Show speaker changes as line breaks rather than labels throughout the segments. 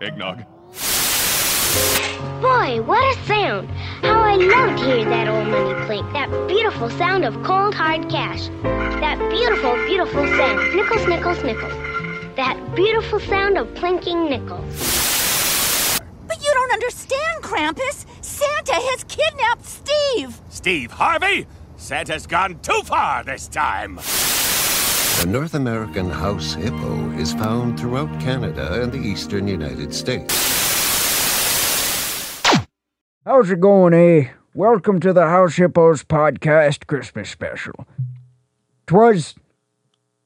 eggnog.
Boy, what a sound! How I love to hear that old money clink, that beautiful sound of cold hard cash. That beautiful, beautiful sound, nickels, nickels, nickels. That beautiful sound of plinking nickels.
But you don't understand, Krampus. Santa has kidnapped Steve.
Steve Harvey, Santa's gone too far this time.
The North American house hippo is found throughout Canada and the eastern United States.
How's it going, eh? Welcome to the House Hippos Podcast Christmas Special. 'Twas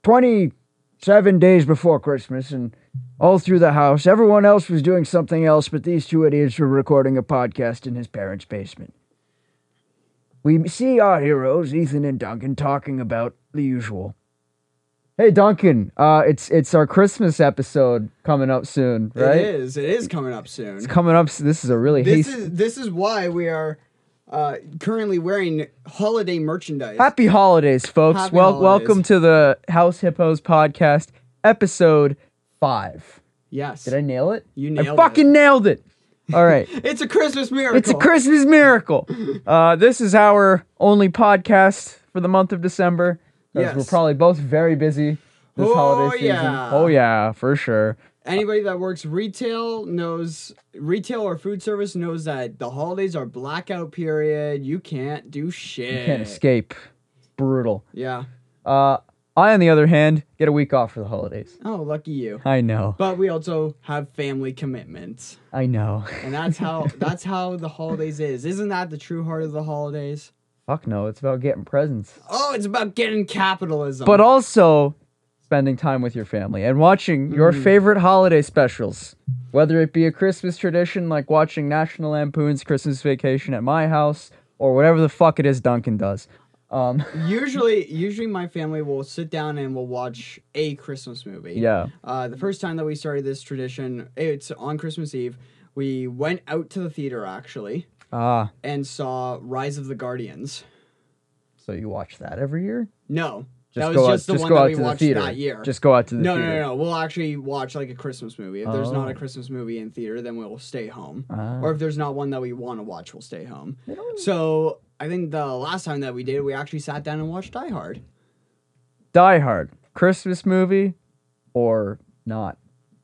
27 days before Christmas, and all through the house, everyone else was doing something else, but these two idiots were recording a podcast in his parents' basement. We see our heroes, Ethan and Duncan, talking about the usual.
Hey Duncan, uh, it's it's our Christmas episode coming up soon, right?
It is. It is coming up soon.
It's coming up. s- This is a really
This
hasty.
is this is why we are uh, currently wearing holiday merchandise.
Happy holidays, folks!
Happy
well,
holidays.
welcome to the House Hippos podcast, episode five.
yes,
Did I nail it?
You
I
nailed
fucking nailed it. All right.
it's a Christmas miracle.
It's a Christmas miracle. Uh, this is our only podcast for the month of December. 'cause
Yes.
We're probably both very busy this
Oh,
holiday season.
yeah.
Oh, yeah, for sure.
Anybody that works retail knows retail or food service knows that the holidays are blackout period. You can't do shit.
Can't escape. Brutal.
Yeah.
Uh, I, on the other hand, get a week off for the holidays.
Oh, lucky you.
I know.
But we also have family commitments,
I know.
and that's how that's how the holidays is. Isn't that the true heart of the holidays?
Fuck no, it's about getting presents.
Oh, it's about getting capitalism.
But also spending time with your family and watching your
Mm.
favorite holiday specials. Whether it be a Christmas tradition like watching National Lampoon's Christmas Vacation at my house or whatever the fuck it is Duncan does. Um,
usually usually my family will sit down and we'll watch a christmas movie
Yeah.
uh, the first time that we started this tradition it's on christmas eve we went out to the theater actually
ah,
and saw rise of the guardians
so you watch that every year?
no
Just
that
go
was
out-
just the
just
one
go
that
out
we
to the
watched
theater.
that year
Just go out to the
no,
theater.
No, no, no. We'll actually watch like a Christmas movie. If there's not
Oh. Ah.
a Christmas movie in theater, then we'll stay home. Or if there's not one that we want to watch, we'll stay home. So I think the last time that we did, we actually sat down and watched Die Hard.
Die Hard, Christmas movie or not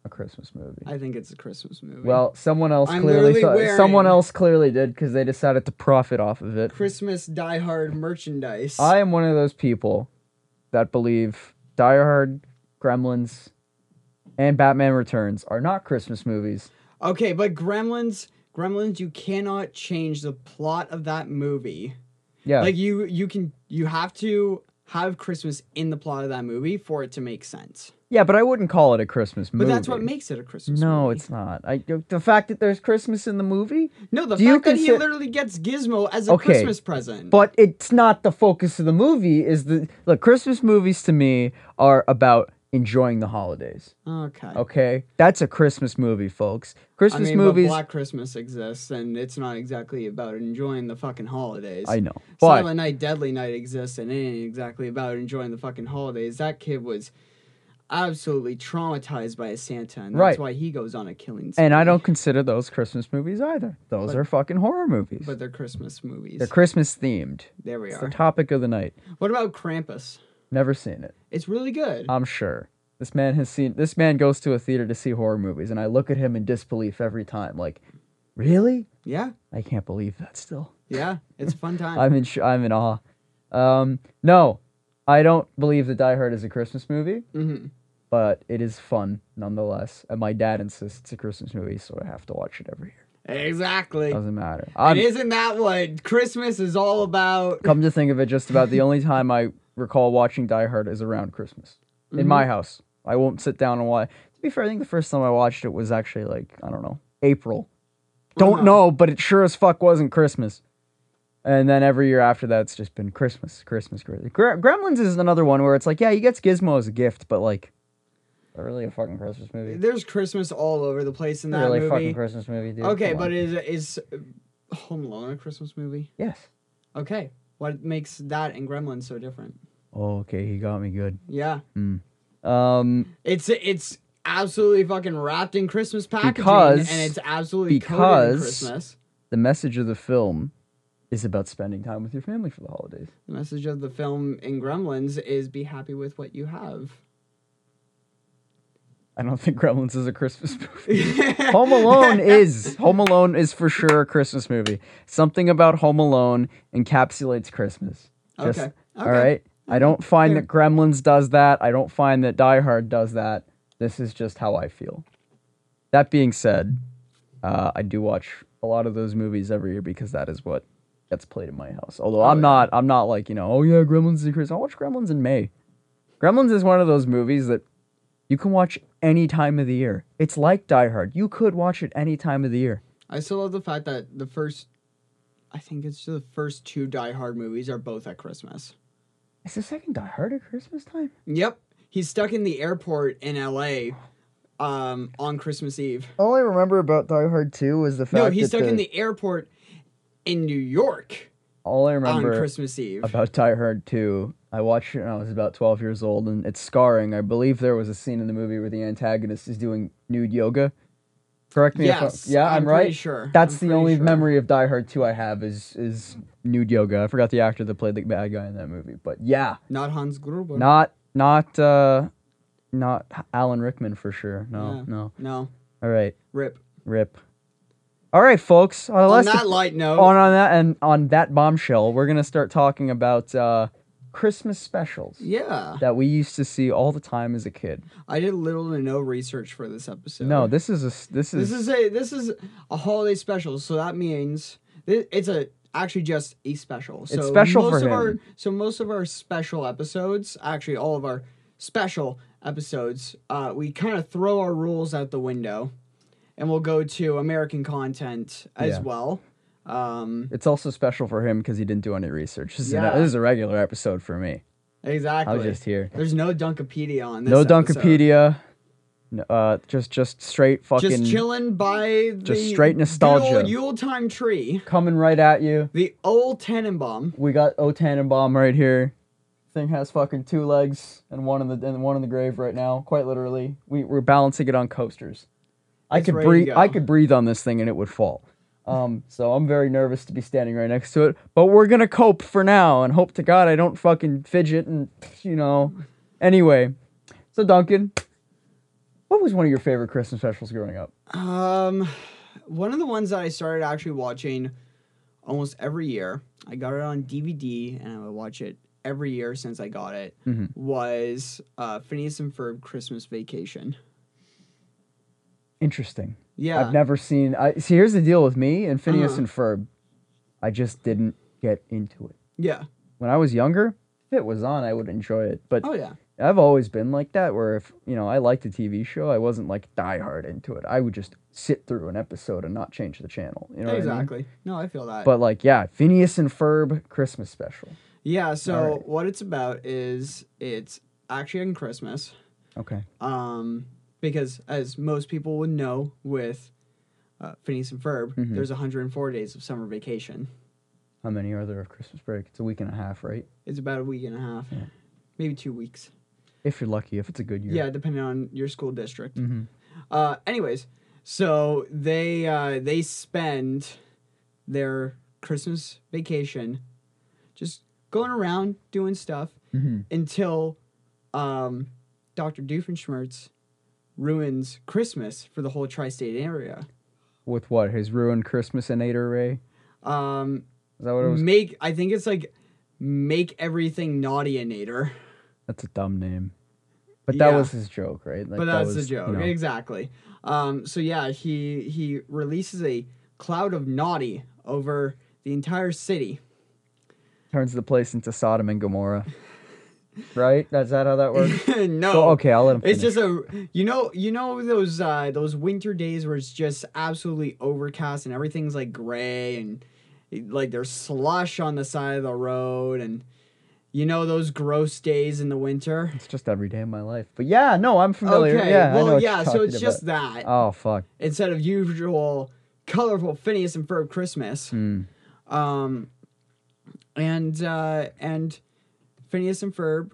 a Christmas movie?
I think it's a Christmas movie.
Well, someone else
I'm
clearly
literally
thought,
wearing-
someone else clearly did because they decided to profit off of it.
Christmas Die Hard merchandise.
I am one of those people that believe Die Hard, Gremlins, and Batman Returns are not Christmas movies.
okay, but Gremlins, Gremlins, you cannot change the plot of that movie.
Yeah,
Like you, you can, you have to have Christmas in the plot of that movie for it to make sense.
yeah, but I wouldn't call it a Christmas
But
movie.
that's what makes it a Christmas.
No,
movie.
it's not. I the fact that there's Christmas in the movie,
no. The
Do
fact
you
that he
consi-
literally gets Gizmo as a
Okay,
Christmas present.
but it's not the focus of the movie. Is the look Christmas movies to me are about enjoying the holidays.
okay,
Okay, that's a Christmas movie, folks.
I
Christmas
mean,
movies.
but Black Christmas exists, and it's not exactly about enjoying the fucking holidays.
I know, but
Silent Night, Deadly Night exists, and it ain't exactly about enjoying the fucking holidays. That kid was absolutely traumatized by a Santa, and that's
Right.
why he goes on a killing. spree.
and I don't consider those Christmas movies either. Those are fucking horror movies.
But they're Christmas movies.
They're Christmas themed.
there we
It's the
are.
topic of the night.
What about Krampus?
Never seen it.
It's really good.
I'm sure. This man has seen this man goes to a theater to see horror movies and I look at him in disbelief every time like, "Really?
yeah,
I can't believe that still."
yeah. It's a fun time.
I'm in sh- I'm in awe. Um no, I don't believe that Die Hard is a Christmas movie,
Mhm.
but it is fun nonetheless. And my dad insists it's a Christmas movie, so I have to watch it every year.
Exactly.
Doesn't matter.
And
I'm,
isn't that what Christmas is all about?
come to think of it, just about the only time I recall watching Die Hard is around Christmas
Mm-hmm.
in my house. I won't sit down and watch. To be fair, I think the first time I watched it was actually like I don't know April. Don't know, but it sure as fuck wasn't Christmas. And then every year after that, it's just been Christmas, Christmas, Christmas. Gre- Gremlins is another one where it's like, yeah, you get Gizmo as a gift, but like, is that really a fucking Christmas movie?
There's Christmas all over the place in that
really
movie.
fucking Christmas movie, dude.
Okay,
Come
but
on.
is is uh, Home Alone a Christmas movie?
yes.
Okay, what makes that and Gremlins so different?
Oh, okay, he got me good.
Yeah,
Um,
it's it's absolutely fucking wrapped in Christmas packaging,
Because-
and it's absolutely coated in
because-
Christmas.
The message of the film is about spending time with your family for the holidays.
The message of the film in Gremlins is be happy with what you have.
I don't think Gremlins is a Christmas movie. Home Alone is. Home Alone is for sure a Christmas movie. Something about Home Alone encapsulates Christmas. Just-
Okay.
All
Okay.
right. I don't find that Gremlins does that. I don't find that Die Hard does that. This is just how I feel. That being said, uh, I do watch a lot of those movies every year because that is what gets played in my house. Although
Oh,
I'm not, I'm not like you know, oh yeah, Gremlins is a Christmas. I watch Gremlins in May. Gremlins is one of those movies that you can watch any time of the year. It's like Die Hard. You could watch it any time of the year.
I still love the fact that the first, I think it's the first two Die Hard movies are both at Christmas.
Is the second Die Hard at Christmas time?
Yep, he's stuck in the airport in L.A. Um, on Christmas Eve.
All I remember about Die Hard 2 was the fact
no, he's
that
stuck in the airport in New York
all I
on
remember
Christmas Eve.
about Die Hard 2, I watched it when I was about 12 years old and it's scarring. I believe there was a scene in the movie where the antagonist is doing nude yoga. Correct me
Yes,
if I'm, yeah,
I'm
I'm,
pretty
right.
sure.
That's
I'm
the
pretty
only
sure.
memory of Die Hard 2 I have is is nude yoga. I forgot the actor that played the bad guy in that movie, but yeah.
Not Hans Gruber.
Not not uh not Alan Rickman for sure. No,
Yeah.
no.
No.
All right.
Rip.
Rip. All right, folks. On, a
On
less
that light note,
on, on that and on that bombshell, we're gonna start talking about uh, Christmas specials
yeah,
that we used to see all the time as a kid.
I did little to no research for this episode.
No, this is a s- this is,
this is a this is a holiday special, so that means thi- it's a actually just a special. So
special for
most of
him.
our so most of our special episodes, actually all of our special episodes, uh, we kind of throw our rules out the window, and we'll go to American content as
Yeah.
well. Um,
it's also special for him because he didn't do any research. This, is
Yeah.
a, this is a regular episode for me. I
exactly.
was just here.
There's no Dunkopedia on this.
No
episode.
Dunkopedia. No, uh, just just straight fucking
Just chilling by the
Just straight
good
nostalgia.
old Yule time tree,
coming right at you.
the old Tenenbaum.
We got O Tannenbaum right here. Thing has fucking two legs and one in the and one in the grave right now, quite literally. We we're balancing it on coasters. I
It's
could
ready to
breathe
go.
I could breathe on this thing and it would fall. Um, so I'm very nervous to be standing right next to it, but we're gonna cope for now and hope to God I don't fucking fidget and you know. Anyway, so Duncan, what was one of your favorite Christmas specials growing up?
Um, one of the ones that I started actually watching almost every year. I got it on DVD, and I would watch it every year since I got it.
Mm-hmm.
Was uh, Phineas and Ferb Christmas Vacation?
Interesting.
Yeah, Uh-huh.
I've never seen. I see. Here's the deal with me and Phineas and Ferb. I just didn't get into it
yeah,
when I was younger. If it was on, I would enjoy it. But
oh yeah,
I've always been like that, where if you know I liked a TV show, I wasn't like die hard into it. I would just sit through an episode and not change the channel. You know what I mean?
exactly. No, I feel that.
But like, yeah, Phineas and Ferb Christmas special.
yeah, so
Alright.
what it's about is it's actually on Christmas.
Okay.
um, because as most people would know with uh, Phineas and Ferb, there's 104 days of summer vacation.
How many are there of Christmas break? It's a week and a half, right?
It's about a week and a half, maybe two weeks.
If you're lucky, if it's a good year.
Yeah, depending on your school district. Uh, anyways, so they uh, they spend their Christmas vacation just going around doing stuff until um, Dr. Doofenshmirtz ruins Christmas for the whole tri-state area.
With what? His ruined Christmas and Ada Ray. Is
Um,
that what it was?
make I think it's like make everything naughty a nader.
That's a dumb name. But that
Yeah.
was his joke, right? Like,
But
that
that's
was,
the
you
joke.
know,
Exactly. Um so yeah, he he releases a cloud of naughty over the entire city.
turns the place into Sodom and Gomorrah. right? That's that how that works?
no.
So, okay, I'll let him
It's
finish.
just a you know you know those uh those winter days where it's just absolutely overcast and everything's like gray and like there's slush on the side of the road and you know those gross days in the winter.
It's just every day of my life. But yeah, no, I'm familiar.
Okay,
Yeah, I
well
know what
yeah,
you're
so
talking
it's just
about.
that.
Oh fuck.
instead of usual colorful Phineas and Ferb Christmas. Um, and uh, and Phineas and Ferb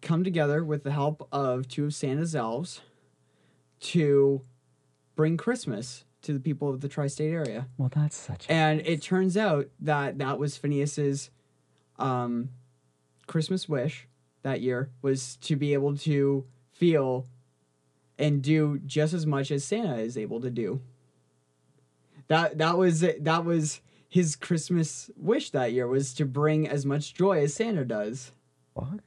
come together with the help of two of Santa's elves to bring Christmas to the people of the tri-state area.
Well, that's such. A,
And it turns out that that was Phineas's um, Christmas wish that year was to be able to feel and do just as much as Santa is able to do. That that was that was his Christmas wish that year was to bring as much joy as Santa does.
fuck.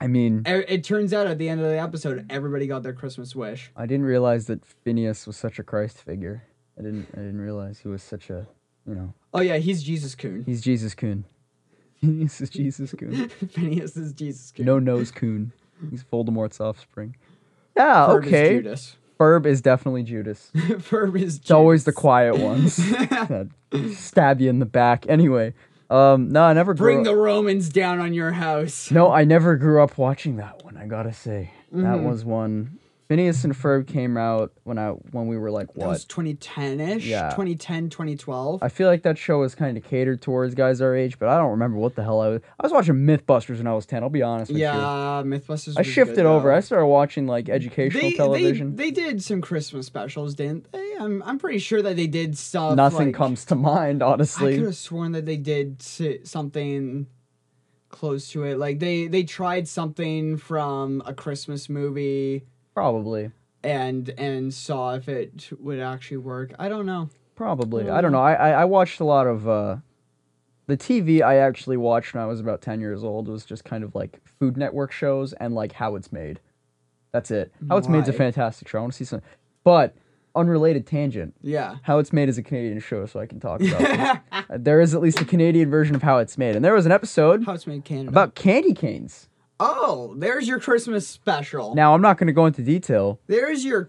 I mean,
E- It turns out at the end of the episode, everybody got their Christmas wish.
I didn't realize that Phineas was such a Christ figure. I didn't. I didn't realize he was such a. You know,
Oh yeah, he's Jesus Coon.
he's Jesus Coon. Phineas is Jesus Coon.
Phineas is Jesus Coon.
No nose Coon. He's Voldemort's offspring. Yeah.
Ferb is
okay.
Judas.
Ferb is definitely Judas. It's
Ferb is Ah, Judas.
always the quiet ones. that stab you in the back. Anyway, um, no, I never grew
Bring
up-
the Romans down on your house.
No, I never grew up watching that one. I gotta say that
Mm-hmm.
was one. Phineas and Ferb came out when I when we were like
That was
what?
2010-ish,
Yeah.
2010, 2012.
I feel like that show was kind of catered towards guys our age, but I don't remember what the hell I was. I was watching MythBusters when I was ten. I'll be honest with you.
yeah, Mythbusters.
I
was
shifted
good,
over.
though.
I started watching like educational
They,
television.
They, they did some Christmas specials, didn't they? I'm, I'm pretty sure that they did stuff.
Nothing
like-
comes to mind,
I
honestly.
could have sworn that they did si- something close to it. Like they they tried something from a Christmas movie
Probably,
and and saw if it would actually work. I don't know.
probably. I don't
Mm.
know. I I, I watched a lot of uh, the TV. I actually watched when I was about ten years old was just kind of like Food Network shows and like How It's Made. That's it. How It's Made's a
Right.
fantastic show. I want to see some, but unrelated tangent.
Yeah.
How It's Made is a Canadian show, so I can talk about it. Uh, there is at least a Canadian version of How It's Made. And there was an episode
House Made Canada.
about candy canes.
oh, there's your Christmas special.
Now, I'm not going to go into detail
There's your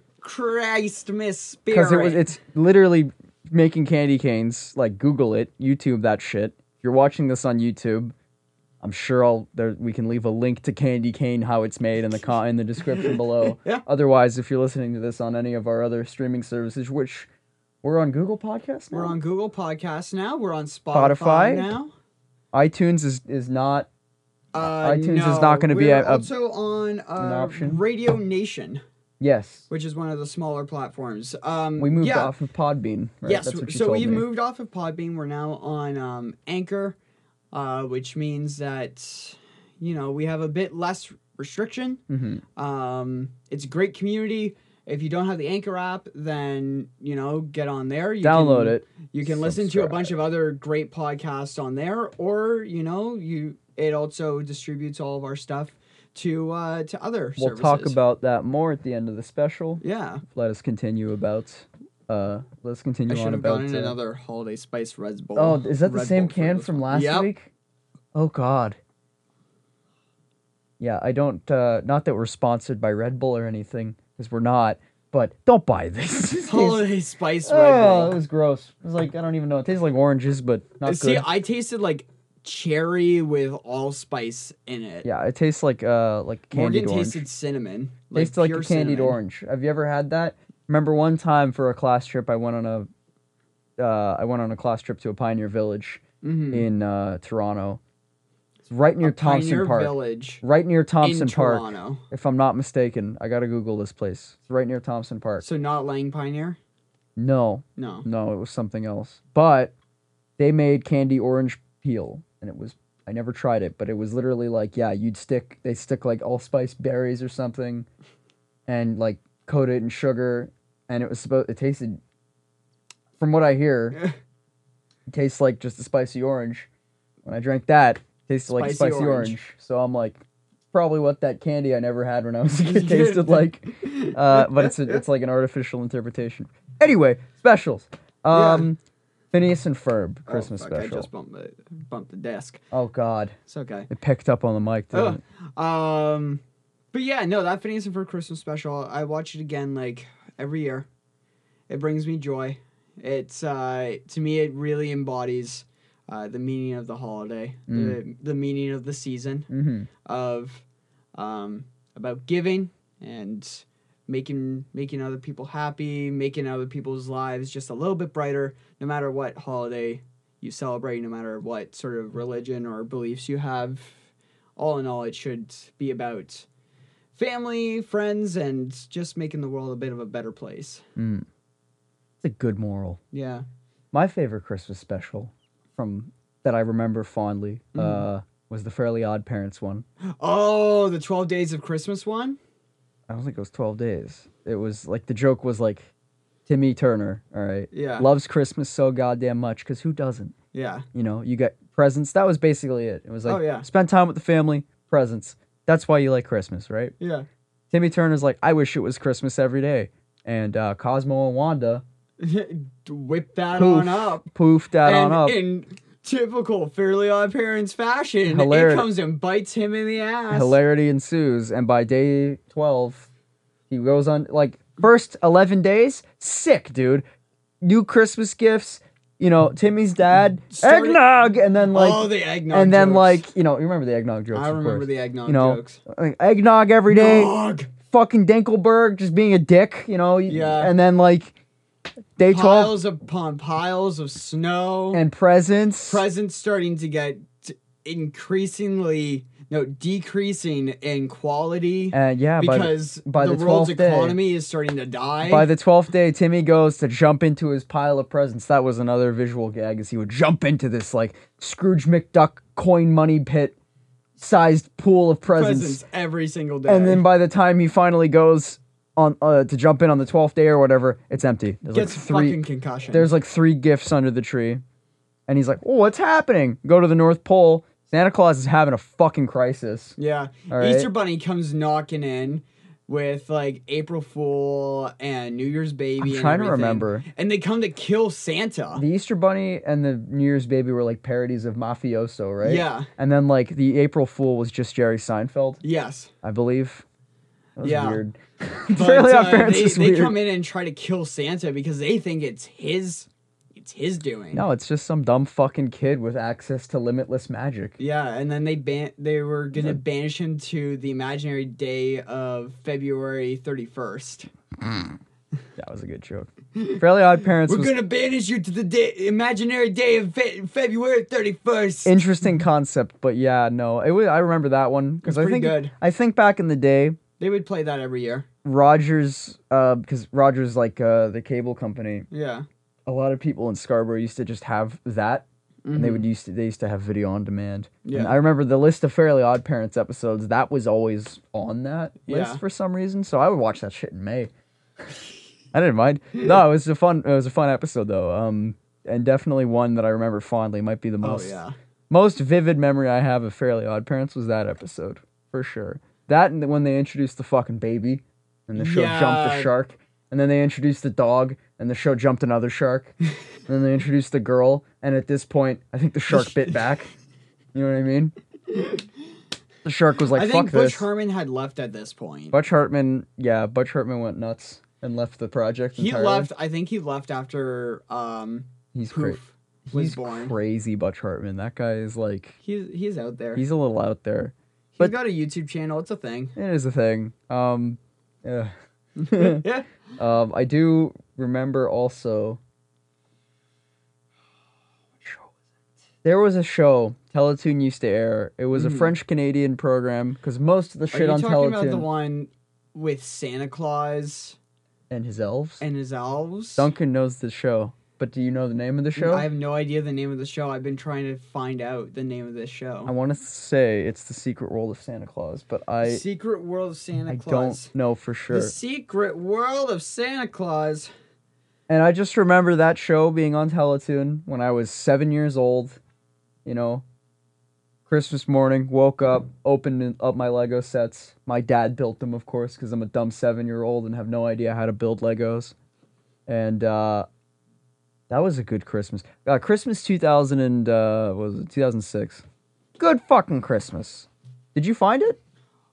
Christmas spirit.
because it was it's literally making candy canes. Like Google it, YouTube that shit. If you're watching this on YouTube, I'm sure I'll there we can leave a link to Candy Cane How It's Made in the co- in the description below.
Yeah.
Otherwise, if you're listening to this on any of our other streaming services, which we're on Google Podcasts now.
We're on Google Podcasts now. We're on Spotify,
Spotify?
now.
iTunes is is not
Uh,
iTunes is
no,
not gonna be
we're
a- a-
also on uh,
option?
Radio Nation,
yes.
which is one of the smaller platforms. Um,
We moved
yeah,
off of Podbean. Right?
Yes,
That's what you
so
told
we
me.
moved off of Podbean. We're now on um, Anchor, uh, which means that you know we have a bit less restriction.
Mm-hmm.
Um, it's a great community. If you don't have the Anchor app, then you know get on there. You
Download
can-
it.
You can listen to a bunch of other great podcasts on there, or you know you it also distributes all of our stuff to uh, to other.
We'll
services.
talk about that more at the end of the special.
yeah.
Let us continue about. Uh, let's
I
continue
should
on
have
about.
gotten
uh,
another holiday spice Red Bull.
Oh, is that the
Red
same
Bull for
can
this
from
one.
last
Yep.
week? Oh God. Yeah, I don't. Uh, not that we're sponsored by Red Bull or anything, because we're not. But don't buy this. It tastes-
Holiday spice Red
oh,
Bull.
it was gross. It was like I don't even know. It tastes like oranges, but not
See,
good.
I tasted like cherry with allspice in it.
yeah, it tastes like uh like candied
Morgan
orange.
tasted cinnamon. Like
tastes like a
pure
candied
cinnamon.
orange. Have you ever had that? Remember one time for a class trip, I went on a, uh, I went on a class trip to a Pioneer Village in uh, Toronto, It's right near Thompson
Mm-hmm. Pioneer
Park.
Village
Right near Thompson
in
Park.
Toronto.
If I'm not mistaken, I gotta Google this place. It's right near Thompson Park.
So not Lang Pioneer?
no,
No.
no, it was something else. But they made candy orange peel, and it was. I never tried it, but it was literally like, yeah, you'd stick. They stick like allspice berries or something, and like coat it in sugar, and it was supposed. It tasted, from what I
Oh,
hear, it tastes like just a spicy orange. When I drank that, it tasted like
Spicy
spicy orange.
orange.
So I'm like, probably what that candy I never had when I was a kid tasted like. Uh, but it's a, it's like an artificial interpretation. Anyway, specials. Um, Phineas and Ferb Christmas
oh, fuck, I
special.
just bumped the, bumped the desk.
Oh God,
It's okay.
it picked up on the mic. Didn't
Ugh.
it?
Um, but yeah, no, that Phineas and Ferb Christmas special, I watch it again like every year. It brings me joy. It's uh, to me, it really embodies uh, the meaning of the holiday, the the meaning of the season, of um, about giving and making making other people happy, making other people's lives just a little bit brighter, no matter what holiday you celebrate, no matter what sort of religion or beliefs you have all in all, it should be about family, friends, and just making the world a bit of a better place.
It's a good moral.
Yeah.
My favorite Christmas special from that I remember fondly
Mm.
uh, was the Fairly Odd Parents one.
Oh, the 12 Days of Christmas one?
I don't think it was 12 days. It was like the joke was like Timmy Turner, all right?
Yeah.
Loves Christmas so goddamn much because who doesn't?
Yeah.
You know, you get presents. That was basically it. It was like,
Oh, yeah.
spend time with the family, presents. That's why you like Christmas, right?
Yeah.
Timmy Turner's like, I wish it was Christmas every day. And uh, Cosmo and Wanda
Whip that
poof,
on up.
poofed that on
and
up.
in typical Fairly Odd Parents fashion,
Hilarious.
it comes and bites him in the ass.
Hilarity ensues, and by day 12, he goes on like first 11 days, sick, dude. New Christmas gifts, you know, Timmy's dad,
Started-
eggnog, and then like,
oh, the eggnog.
and then
jokes.
like, you know, you remember the eggnog jokes.
I
of
remember
course.
the eggnog
you know,
jokes.
like, eggnog every day.
Dog.
Fucking Dinkelberg just being a dick, you know.
Yeah.
And then like day 12
Piles upon piles of snow.
and presents.
presents starting to get t- increasingly no decreasing in quality
and Uh, yeah, by the-
because
by the,
the, world's
12th day-
economy is starting to die.
By the twelfth day, Timmy goes to jump into his pile of presents. That was another visual gag, as he would jump into this like Scrooge McDuck coin money pit sized pool of presents.
presents every single day.
And then by the time he finally goes on uh, to jump in on the twelfth day or whatever, it's empty. There's
gets
like three.
fucking concussion.
There's like three gifts under the tree, and he's like, "Oh, what's happening?" Go to the North Pole. Santa Claus is having a fucking crisis.
yeah.
All right.
Easter Bunny comes knocking in with like April Fool and New Year's Baby. and
trying to
everything.
remember.
And they come to kill Santa.
the Easter Bunny and the New Year's Baby were like parodies of Mafioso, right?
Yeah.
And then like the April Fool was just Jerry Seinfeld,
yes.
I believe. That was
Yeah.
weird.
But,
Fairly Odd
uh,
Parents
they,
is
they
weird.
come in and try to kill Santa because they think it's his it's his doing.
No, it's just some dumb fucking kid with access to limitless magic.
Yeah, and then they ban they were gonna banish him to the imaginary day of February thirty first.
That was a good joke. Fairly Odd Parents
We're
was
gonna banish you to the day imaginary day of fe- February thirty first.
interesting concept, but yeah, no, it was, I remember that one because I
It's pretty
think
good.
I think back in the day,
They would play that every year.
Rogers, because Rogers like uh, the cable company,
Yeah,
a lot of people in Scarborough used to just have that. And they would used to they used to have video on demand. And
Mm-hmm. Yeah.
I remember the list of Fairly Odd Parents episodes, that was always on that list
Yeah.
for some reason. So I would watch that shit in May. I didn't mind. No, it was a fun it was a fun episode though. Um and definitely one that I remember fondly might be the most
Oh, yeah.
most vivid memory I have of Fairly Odd Parents was that episode, for sure. That and when they introduced the fucking baby and the show jumped the
Yeah.
shark. And then they introduced the dog and the show jumped another shark. and then they introduced the girl and at this point I think the shark bit back. You know what I mean? The shark was like,
I
fuck
think
this.
Bush Herman had left at this point.
Butch Hartman yeah, Butch Hartman went nuts and left the project.
he
entirely.
left. I think he left after um
He's crazy.
Poof was
He's
born.
crazy Butch Hartman. That guy is like
he's he's out there.
he's a little out there.
he's got a YouTube channel. It's a thing.
It is a thing. Um, yeah.
Yeah.
um, I do remember also. There was a show Teletoon used to air. It was a French Canadian program because most of the
Mm-hmm. Are
shit
you
on
talking about the
Teletoon
one with Santa Claus
and his elves.
and his elves?
Duncan knows the show, but do you know the name of the show?
I have no idea the name of the show. I've been trying to find out the name of this show.
I want to say it's the Secret World of Santa Claus, but I
Secret World of Santa
I
Claus.
don't know for
The
sure.
Secret World of Santa Claus.
And I just remember that show being on Teletoon when I was seven years old. You know, Christmas morning, woke up, opened up my Lego sets. My dad built them, of course, because I'm a dumb seven year old and have no idea how to build Legos. And uh, that was a good Christmas. Uh, Christmas 2000 and uh, what was it 2006? Good fucking Christmas. Did you find it?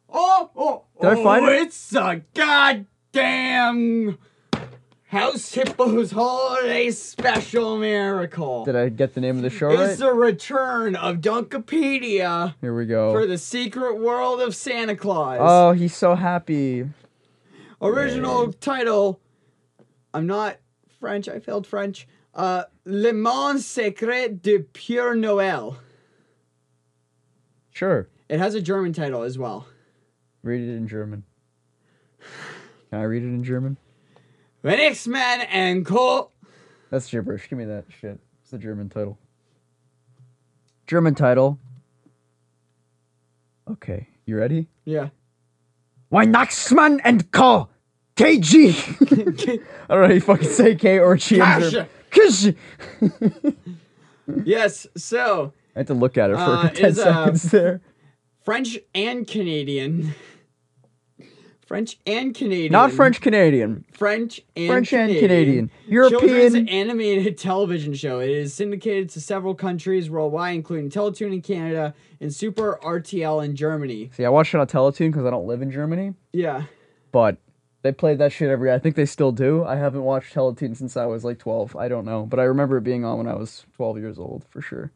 Oh, oh,
Did I
oh,
find it?
it's a goddamn House Hippo's Holiday Special Miracle.
Did I get the name of the show right?
it's the return of Dunkopedia
Here we go.
for the Secret World of Santa Claus.
oh, he's so happy.
Original title. I'm not French. I failed French. Uh, Le Mans Secret de Pure Noël.
Sure.
It has a German title as well.
Read it in German. Can I read it in German?
When X-Men and Cole
That's gibberish. Give me that shit. It's the German title. German title. Okay, you ready?
Yeah.
Weihnachtsmann and Co. KG.
I don't know how you fucking say K or G. in German.
Gosh!
KG.
Yes, so
I had to look at it for
Uh,
10
is, uh,
seconds there.
French and Canadian. French and Canadian.
Not French Canadian.
French and
French and Canadian.
Canadian. Children's
European.
animated television show. It is syndicated to several countries worldwide, including Teletoon in Canada and Super RTL in Germany.
See, I watched it on Teletoon because I don't live in Germany,
Yeah.
but they played that shit every. I think they still do. I haven't watched Teletoon since I was like 12. I don't know, but I remember it being on when I was 12 years old for sure.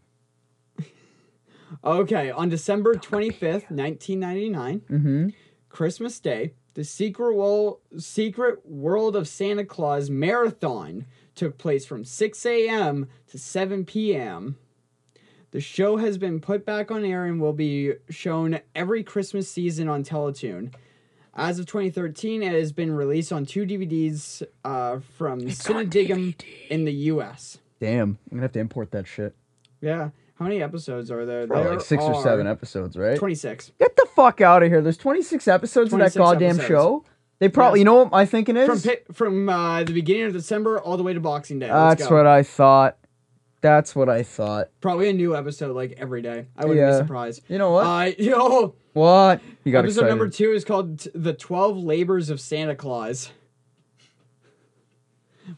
Okay, on December 25th, 1999,
Mm-hmm.
Christmas Day, the Secret World, Secret World of Santa Claus marathon took place from 6 a.m. to 7 p.m. The show has been put back on air and will be shown every Christmas season on Teletoon. As of 2013, it has been released on two DVDs uh, from Cinedigm in the U.S.
Damn, I'm gonna have to import that shit.
Yeah. How many episodes are there?
Probably
There
like six or
are
seven episodes, right?
26.
Get the fuck out of here. There's 26 episodes of that
26
goddamn
episodes.
show. They probably,
Yes.
you know what my thinking is?
from pi- from uh, the beginning of December all the way to Boxing Day. Let's
That's
go.
what I thought. That's what I thought.
Probably a new episode like every day. I wouldn't
Yeah.
be surprised.
You know what?
Uh, yo,
what? You got
episode
excited.
number two is called T- "The Twelve Labors of Santa Claus."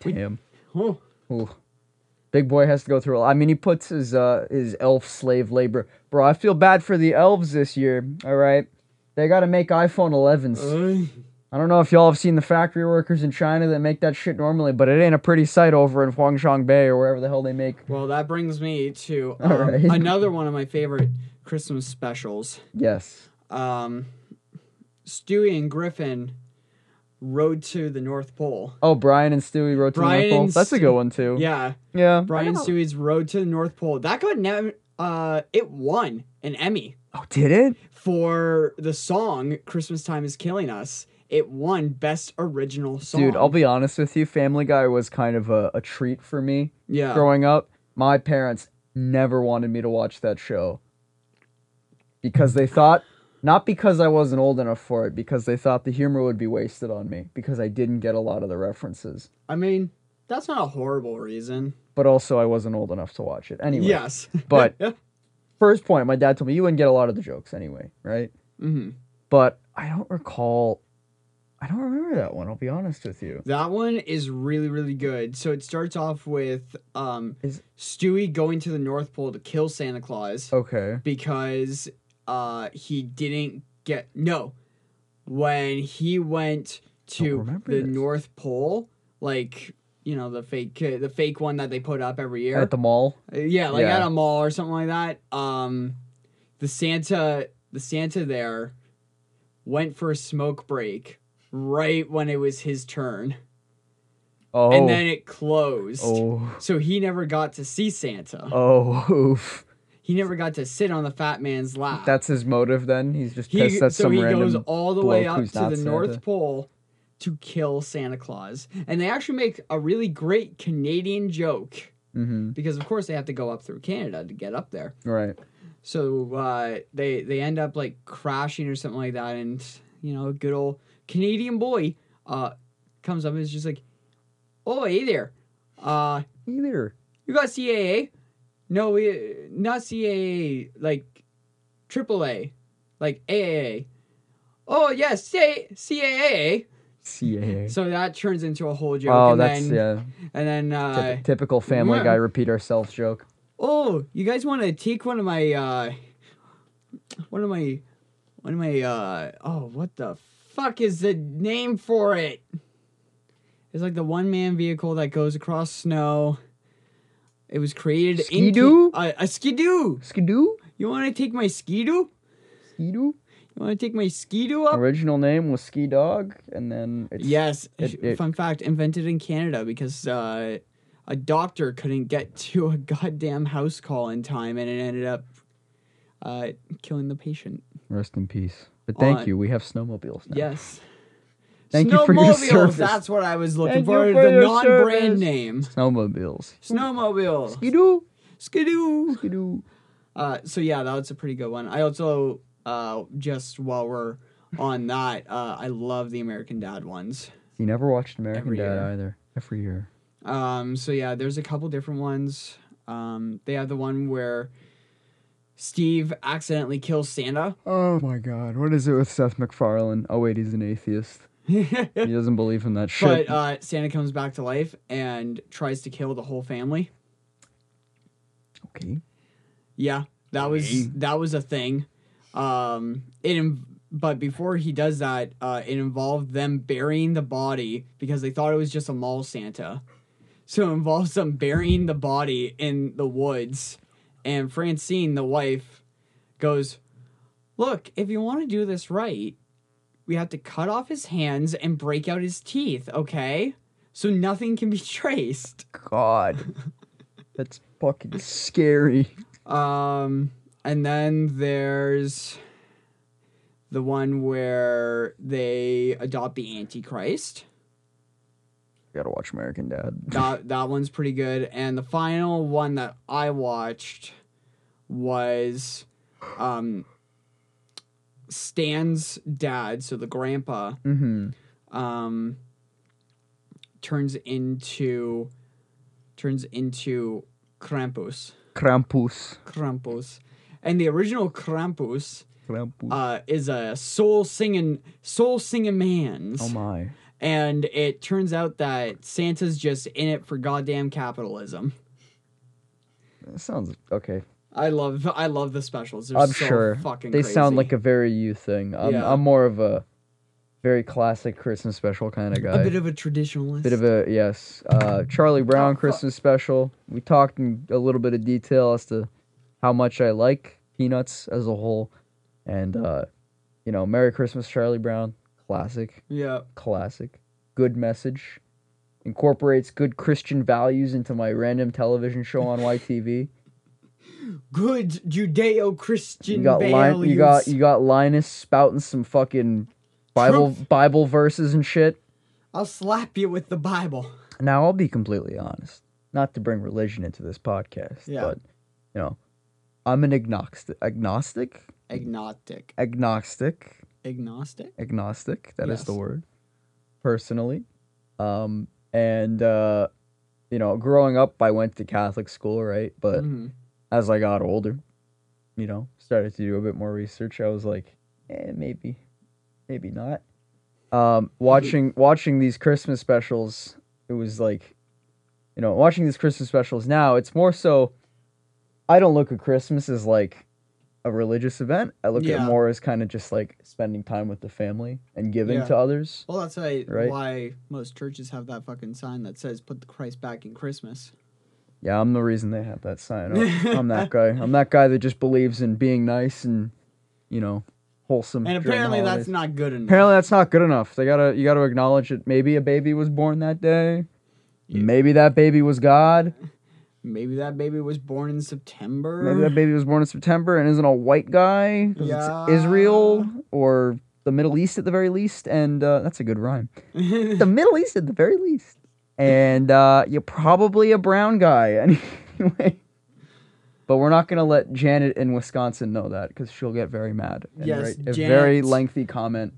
Damn.
Oh,
Ooh. Big boy has to go through. a- I mean, he puts his uh his elf slave labor. Bro, I feel bad for the elves this year. All right, they got to make iPhone 11s. I don't know if y'all have seen the factory workers in China that make that shit normally, but it ain't a pretty sight over in Huangshan Bay or wherever the hell they make.
well, that brings me to um,
right.
another one of my favorite Christmas specials.
Yes.
Um, Stewie and Griffin rode to the North Pole.
Oh, Brian and Stewie wrote to
Brian
the North Pole.
and
That's a
Stu-
good one too.
Yeah,
Yeah.
Brian Stewie's Road to the North Pole. That got never. Uh, it won an Emmy.
Oh, did it?
for the song Christmas Time is Killing Us. It won Best Original Song.
Dude, I'll be honest with you. Family Guy was kind of a, a treat for me
yeah.
growing up. My parents never wanted me to watch that show because they thought, not because I wasn't old enough for it, because they thought the humor would be wasted on me because I didn't get a lot of the references.
I mean, that's not a horrible reason.
But also, I wasn't old enough to watch it anyway.
Yes.
But first point, my dad told me you wouldn't get a lot of the jokes anyway, right?
Mhm.
But I don't recall. I don't remember that one. I'll be honest with you.
That one is really, really good. So it starts off with um,
Is- Oh.
Stewie going to the North Pole to kill Santa Claus
Okay.
because uh, he didn't get. No. When he went to
remember
the
this.
North Pole, like. You know the fake, the fake one that they put up every year
At the mall.
Uh, Yeah, like
Yeah.
at a mall or something like that. Um, the Santa, the Santa there, went for a smoke break right when it was his turn,
Oh.
and then it closed.
Oh.
So he never got to see Santa.
Oh, oof.
He never got to sit on the fat man's lap.
That's his motive then? He's just
he.
pissed at
So
some
he
random
goes all the way
bloke
up to
who's not
the
Santa.
North Pole to kill Santa Claus, and they actually make a really great Canadian joke
Mhm.
because, of course, they have to go up through Canada to get up there.
Right.
so uh, they they end up like crashing or something like that, and you know, good old Canadian boy uh, comes up and is just like, "Oh, hey there, uh,
Either.
you got CAA? No, we, not CAA, like AAA, like AAA. Oh yes, C- CAA.
CAA.
So that turns into a whole joke,
Oh,
and
that's
then
yeah.
and then uh,
Typ- typical family
Yeah.
guy repeat ourselves joke.
Oh, you guys want to take one of my uh one of my one of my uh oh, what the fuck is the name for it? It's like the one man vehicle that goes across snow. It was created
Ski-Doo?
in Ca- uh, a skidoo.
Skidoo?
You want to take my skidoo?
Skidoo?
You want to take my skidoo up?
Original name was Ski Dog, and then it's
Yes.
It- it-
Fun fact: invented in Canada because uh, a doctor couldn't get to a goddamn house call in time, and it ended up uh,
Ah.
killing the patient.
Rest in peace. But thank
On-
you. We have snowmobiles now.
Yes.
Thank you for your
Snowmobiles,
service.
That's what I was looking
Thank you
for.
for
the
your
non-brand
service.
name.
Snowmobiles.
Snowmobile.
You do.
Skidoo.
You do.
Uh, so yeah, that was a pretty good one. I also uh, just while we're on that, uh, I love the American Dad ones.
You never watched American
Every
Dad
year.
either. Every year.
Um, so yeah, there's a couple different ones. Um, they have the one where Steve accidentally kills Santa.
Oh my God! What is it with Seth MacFarlane? Oh wait, he's an atheist. he doesn't believe in that shit.
But uh, Santa comes back to life and tries to kill the whole family.
okay.
Yeah, that was that was a thing. Um, it in, but before he does that, uh, it involved them burying the body because they thought it was just a mall Santa. So it involves them burying the body in the woods, and Francine, the wife, goes, "Look, if you want to do this right, we have to cut off his hands and break out his teeth. Okay." So nothing can be traced.
God. That's fucking scary.
Um, and then there's the one where they adopt the Antichrist.
You gotta watch American Dad.
That that one's pretty good. And the final one that I watched was um, Stan's dad, so the grandpa,
Mm-hmm.
um, turns into turns into Krampus.
Krampus.
Krampus. And the original Krampus
Krampus.
uh, is a soul singing soul singing man's
oh my.
and it turns out that santa's just in it for goddamn capitalism
That sounds okay.
i love i love the specials They're
I'm
so
sure
fucking
they sound like
crazy.
a very you thing. I'm,
Yeah.
I'm more of a very classic Christmas special kind of guy.
a bit of Oh, a traditionalist
Bit of a yes. Uh, Charlie Brown Christmas special. We talked in a little bit of detail as to how much I like Peanuts as a whole, and uh, you know, Merry Christmas, Charlie Brown. Classic,
yeah
classic. Good message. Incorporates good Christian values into my random television show on YTV.
good judeo-christian
You got Lin- you got you got Linus spouting some fucking Bible
Truth.
Bible verses and shit.
i'll slap you with the bible
Now I'll be completely honest, not to bring religion into this podcast,
Yeah.
but you know, I'm an agnostic, agnostic,
agnostic
agnostic,
agnostic
agnostic. That is the
Yes.
word. Personally, um, and uh, you know, growing up, I went to Catholic school, right? But
Mhm.
as I got older, you know, started to do a bit more research, I was like, eh, maybe, maybe not. Um, watching watching these Christmas specials, it was like, you know, watching these Christmas specials now, it's more so. I don't look at Christmas as like a religious event. I look at it
Yeah.
more as kind of just like spending time with the family and giving
Yeah.
to others.
well that's why,
Right.
why most churches have that fucking sign that says put the christ back in christmas
Yeah, I'm the reason they have that sign. up. I'm that guy. I'm that guy that just believes in being nice and, you know, wholesome. during
and
the
apparently that's
holidays.
not good enough
Apparently that's not good enough. They gotta you gotta acknowledge that maybe a baby was born that day. Maybe that baby was God.
Maybe that baby was born in September.
Maybe that baby was born in September and isn't a white guy. 'cause
Yeah.
It's Israel or the Middle East at the very least. And uh, that's a good rhyme. the Middle East at the very least. And uh, you're probably a brown guy anyway. But we're not going to let Janet in Wisconsin know that because she'll get very mad. And
Yes,
write a
Janet.
very lengthy comment.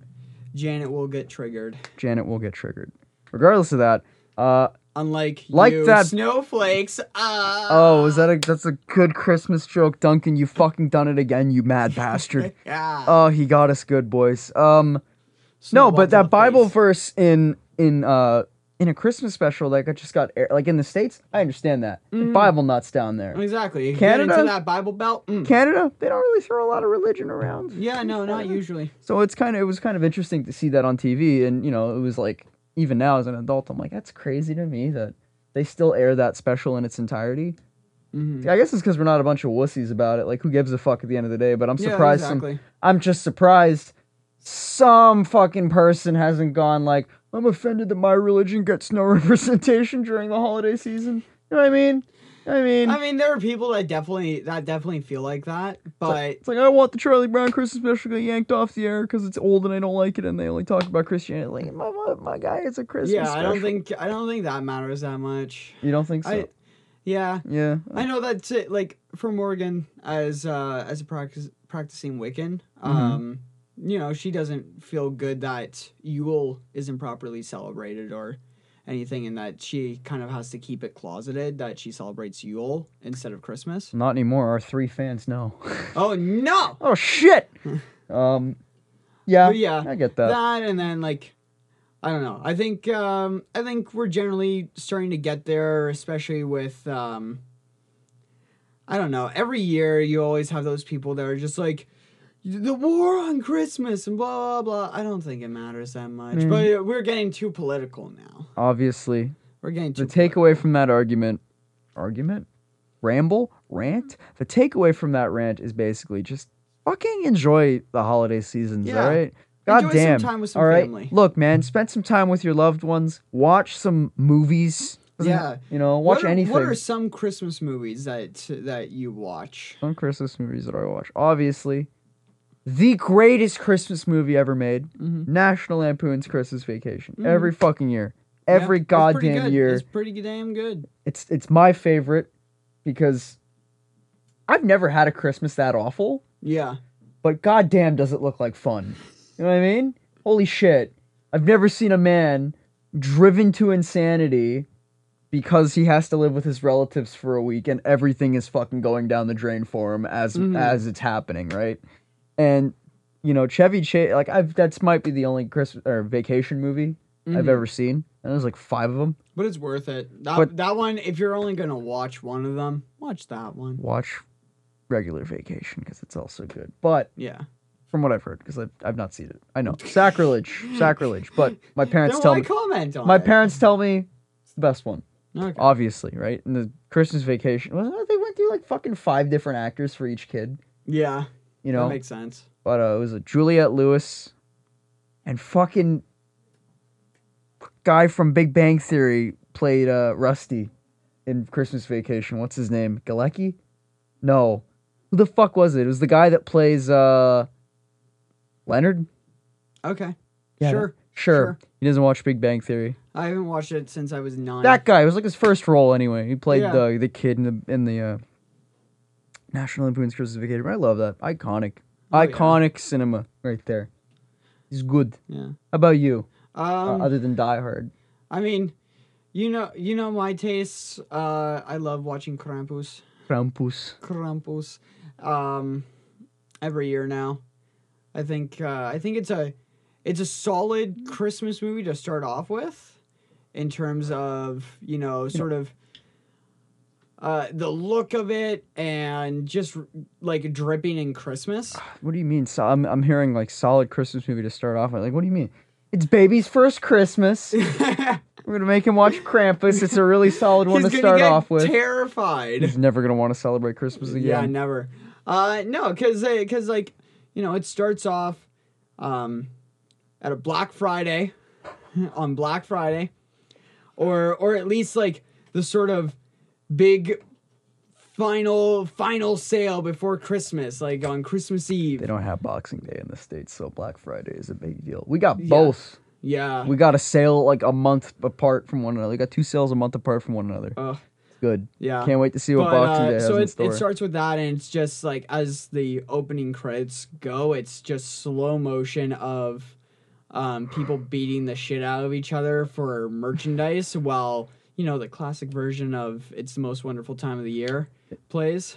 Janet will get triggered.
Janet will get triggered. Regardless of that, uh,
Unlike
Like
you,
that-
snowflakes. Ah.
oh, is that a that's a good Christmas joke, Duncan? You fucking done it again, you mad bastard.
yeah.
Oh, he got us good, boys. Um, no,
Snowball
but
to the
that Bible
face.
verse in in uh in a Christmas special like I just got air, like in the states, I understand that
Mm.
Like, Bible nuts down there.
Exactly.
Canada?
Get into that Bible belt. Mm.
Canada, they don't really throw a lot of religion around.
Yeah, no, not usually.
So it's kind of it was kind of interesting to see that on TV, and you know it was like even now as an adult, I'm like that's crazy to me that they still air that special in its entirety.
Mm-hmm.
I guess it's because we're not a bunch of wussies about it. Like who gives a fuck at the end of the day? But I'm
Yeah,
surprised. some-
exactly.
I'm just surprised some fucking person hasn't gone like I'm offended that my religion gets no representation during the holiday season. You know what I mean? I mean,
I mean, there are people that definitely that definitely feel like that, but
it's like I want the Charlie Brown Christmas special to get yanked off the air because it's old and I don't like it, and they only talk about Christianity. Like, my, my, my guy, it's a Christmas.
yeah, I don't
special.
think I don't think that matters that much.
you don't think so.
I, yeah,
yeah,
I know that's it. Like for Morgan, as uh, as a practice, practicing Wiccan, um, you know, she doesn't feel good that Yule isn't properly celebrated or anything, and that she kind of has to keep it closeted that she celebrates Yule instead of Christmas.
not anymore. Our three fans know.
Oh no!
oh shit. um, yeah,
But yeah,
I get that.
That and then like, I don't know. I think um, I think we're generally starting to get there, especially with um, I don't know. Every year you always have those people that are just like the war on Christmas and blah blah blah. I don't think it matters that much,
Mm.
but we're getting too political now.
Obviously,
We're getting
the
too.
takeaway from that argument, argument, ramble, rant. The takeaway from that rant is basically just fucking enjoy the holiday seasons,
Yeah.
all right? God
Enjoy some
damn.
time with some
all right?
family.
Look, man, spend some time with your loved ones. Watch some movies. Doesn't-
Yeah.
You know, watch
what are,
anything.
What are some Christmas movies that that you watch?
some Christmas movies that I watch? Obviously, the greatest Christmas movie ever made
Mm-hmm.
National Lampoon's Christmas Vacation. Every fucking year. Every
Yeah, it's pretty
goddamn
good.
year.
It's pretty damn good.
it's it's my favorite because I've never had a Christmas that awful,
Yeah.
but goddamn does it look like fun. You know what I mean? Holy shit. I've never seen a man driven to insanity because he has to live with his relatives for a week and everything is fucking going down the drain for him as as it's happening, right? And you know, Chevy Chase like I've that's might be the only Christmas or vacation movie I've ever seen. And there's like 5 of them.
But it's worth it. That,
But-
that one, if you're only gonna watch one of them, watch that one.
watch regular vacation because it's also good but
Yeah.
from what i've heard because I've, I've not seen it i know sacrilege sacrilege but my parents
Then
tell
why
me
comment on
my
it?
parents tell me it's the best one
Okay.
obviously right and the christmas vacation was they went through like fucking five different actors for each kid
Yeah.
you
That
know
makes sense.
but uh, it was a juliette lewis and fucking guy from big bang theory played uh, rusty in Christmas Vacation. What's his name? Galecki? No. Who the fuck was it? It was the guy that plays uh Leonard?
Okay.
Yeah,
sure.
Sure.
Sure.
He doesn't watch Big Bang Theory.
I haven't watched it since I was nine.
That guy it was like his first role anyway. He played
Yeah.
the the kid in the in the uh National Lampoon's Christmas Vacation. I love that. Iconic.
Oh, yeah.
Iconic cinema right there. He's good.
yeah.
How about you? Uh,
Um.
other than Die Hard.
I mean, you know, you know my tastes. Uh, I love watching Krampus.
Krampus.
Krampus. Um, every year now. I think uh, I think it's a it's a solid Christmas movie to start off with, in terms of you know sort of uh, the look of it and just like dripping in Christmas.
What do you mean? So I'm I'm hearing like solid Christmas movie to start off with. Like, what do you mean? It's baby's first Christmas. We're gonna make him watch Krampus. It's a really solid one to
gonna
start
get
off with.
terrified.
He's never gonna want to celebrate Christmas
Yeah,
again.
never. Uh, no, because because like you know, it starts off um, at a Black Friday on Black Friday, or or at least like the sort of big final final sale before Christmas, like on Christmas Eve.
They don't have Boxing Day in the states, so Black Friday is a big deal. We got both.
Yeah.
We got a sale like a month apart from one another. We got two sales a month apart from one another.
Ugh.
Good.
Yeah.
Can't wait to see what
But,
Boxing
uh,
Day has
so
in
it,
store.
it starts with that, and it's just like as the opening credits go, it's just slow motion of um, people beating the shit out of each other for merchandise, while you know the classic version of "It's the Most Wonderful Time of the Year" plays.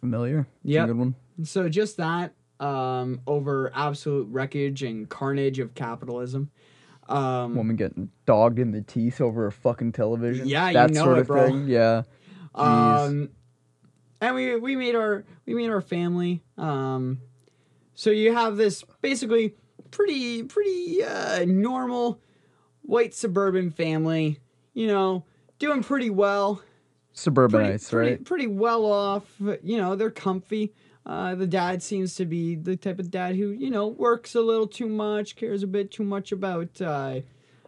Familiar. It's a
Yep.
Good one.
So just that um, over absolute wreckage and carnage of capitalism. Um,
Woman getting dogged in the teeth over a fucking television.
Yeah, you
that
know
sort
it,
of
bro.
thing. Yeah. Jeez.
Um, and we we made our we made our family. Um, so you have this basically pretty pretty uh, normal white suburban family, you know, doing pretty well. Pretty,
Suburbanites,
pretty,
right?
pretty well off. You know, they're comfy. Uh, the dad seems to be the type of dad who you know works a little too much, cares a bit too much about uh,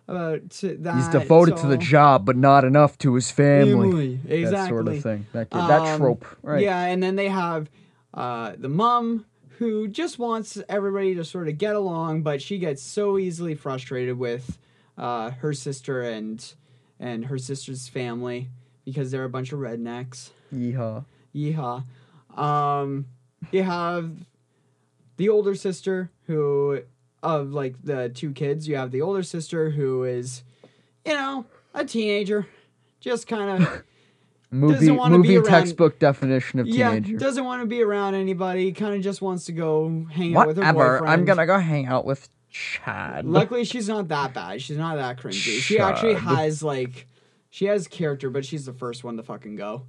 about to that.
He's devoted to the
so-
job, but not enough to his family.
Family, exactly.
That sort of thing. That, kid, that
Um,
trope. Right.
Yeah, and then they have uh, the mom who just wants everybody to sort of get along, but she gets so easily frustrated with uh, her sister and and her sister's family because they're a bunch of rednecks.
Yeehaw.
Yeehaw. Um, you have the older sister who, of like the two kids, you have the older sister who is, you know, a teenager, just kind of.
Movie
wanna be
movie
around-
textbook definition of
Yeah,
teenager.
doesn't want to be around anybody. Kind of just wants to go hang out with her
Whatever.
boyfriend.
I'm gonna go hang out with Chad.
Luckily, she's not that bad. She's not that cringy. She actually
Chud.
has like, she has character, but she's the first one to fucking go.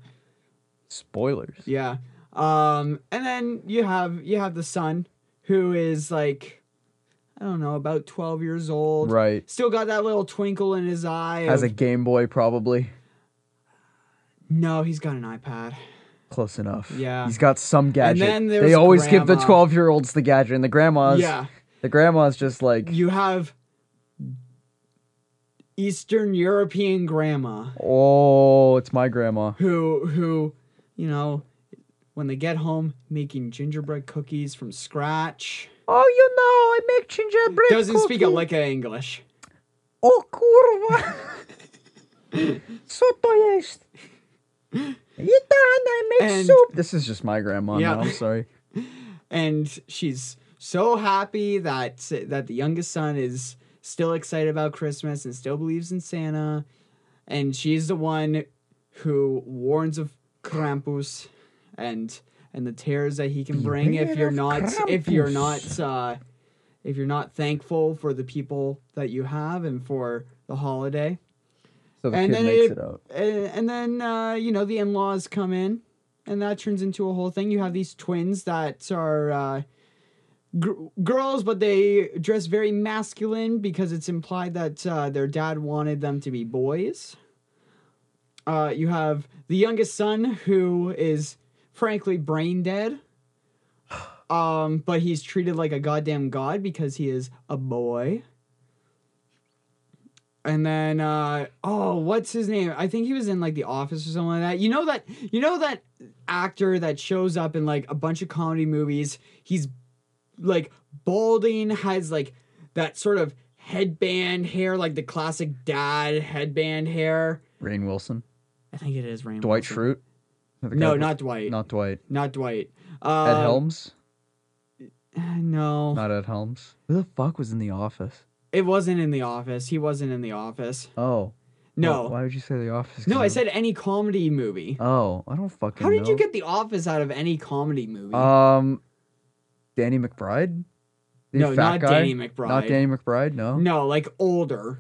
Spoilers.
Yeah. Um, and then you have you have the son who is like, I don't know, about twelve years old.
Right.
Still got that little twinkle in his eye.
As a
of-
Game Boy, probably
no, he's got an iPad.
close enough.
Yeah.
He's got some gadget.
then there's
they always give the
grandma.
12 year olds the gadget, and the grandmas.
Yeah.
The grandma's just like
You have Eastern European grandma.
Oh, it's my grandma.
who who you know when they get home making gingerbread cookies from scratch
Oh, you know, I make gingerbread
doesn't speak a
cookie.
lick of english
O kurwa! Co to jest? I done, I make
And-
soup. This is just my grandma.
Yeah.
Now, I'm sorry.
and she's so happy that that the youngest son is still excited about christmas and still believes in santa and she's the one who warns of krampus and and the tears that he can bring if
Beware
you're
of
not if you're not
Krampus.
uh if you're not thankful for the people that you have and for the holiday
So the
and
kid
then
makes
it,
it, out.
And, and then uh, you know the in-laws come in, and that turns into a whole thing. You have these twins that are uh, gr- girls, but they dress very masculine because it's implied that uh, their dad wanted them to be boys. Uh, you have the youngest son who is frankly brain dead. Um, but he's treated like a goddamn god because he is a boy. And then uh oh, what's his name? I think he was in like The Office or something like that. You know that you know that actor that shows up in like a bunch of comedy movies. He's like balding, has like that sort of headband hair, like the classic dad headband hair.
Rain Wilson,
I think it is Rain.
Dwight
Wilson.
Schrute. The
No,
guy-
not Dwight. Not,
not Dwight.
Dwight.
Ed
Uh,
Helms.
No,
Not Ed Helms. Who the fuck was in the office?
it wasn't in The Office. He wasn't in The Office.
Oh.
No,
Why would you say the office? 'Cause
no, I said any comedy movie.
Oh, I don't fucking.
How did you
know.
get The Office out of any comedy movie?
Um, Danny McBride. The
No,
fat
not
guy?
Danny
Not
McBride.
Danny McBride. No.
no, like older.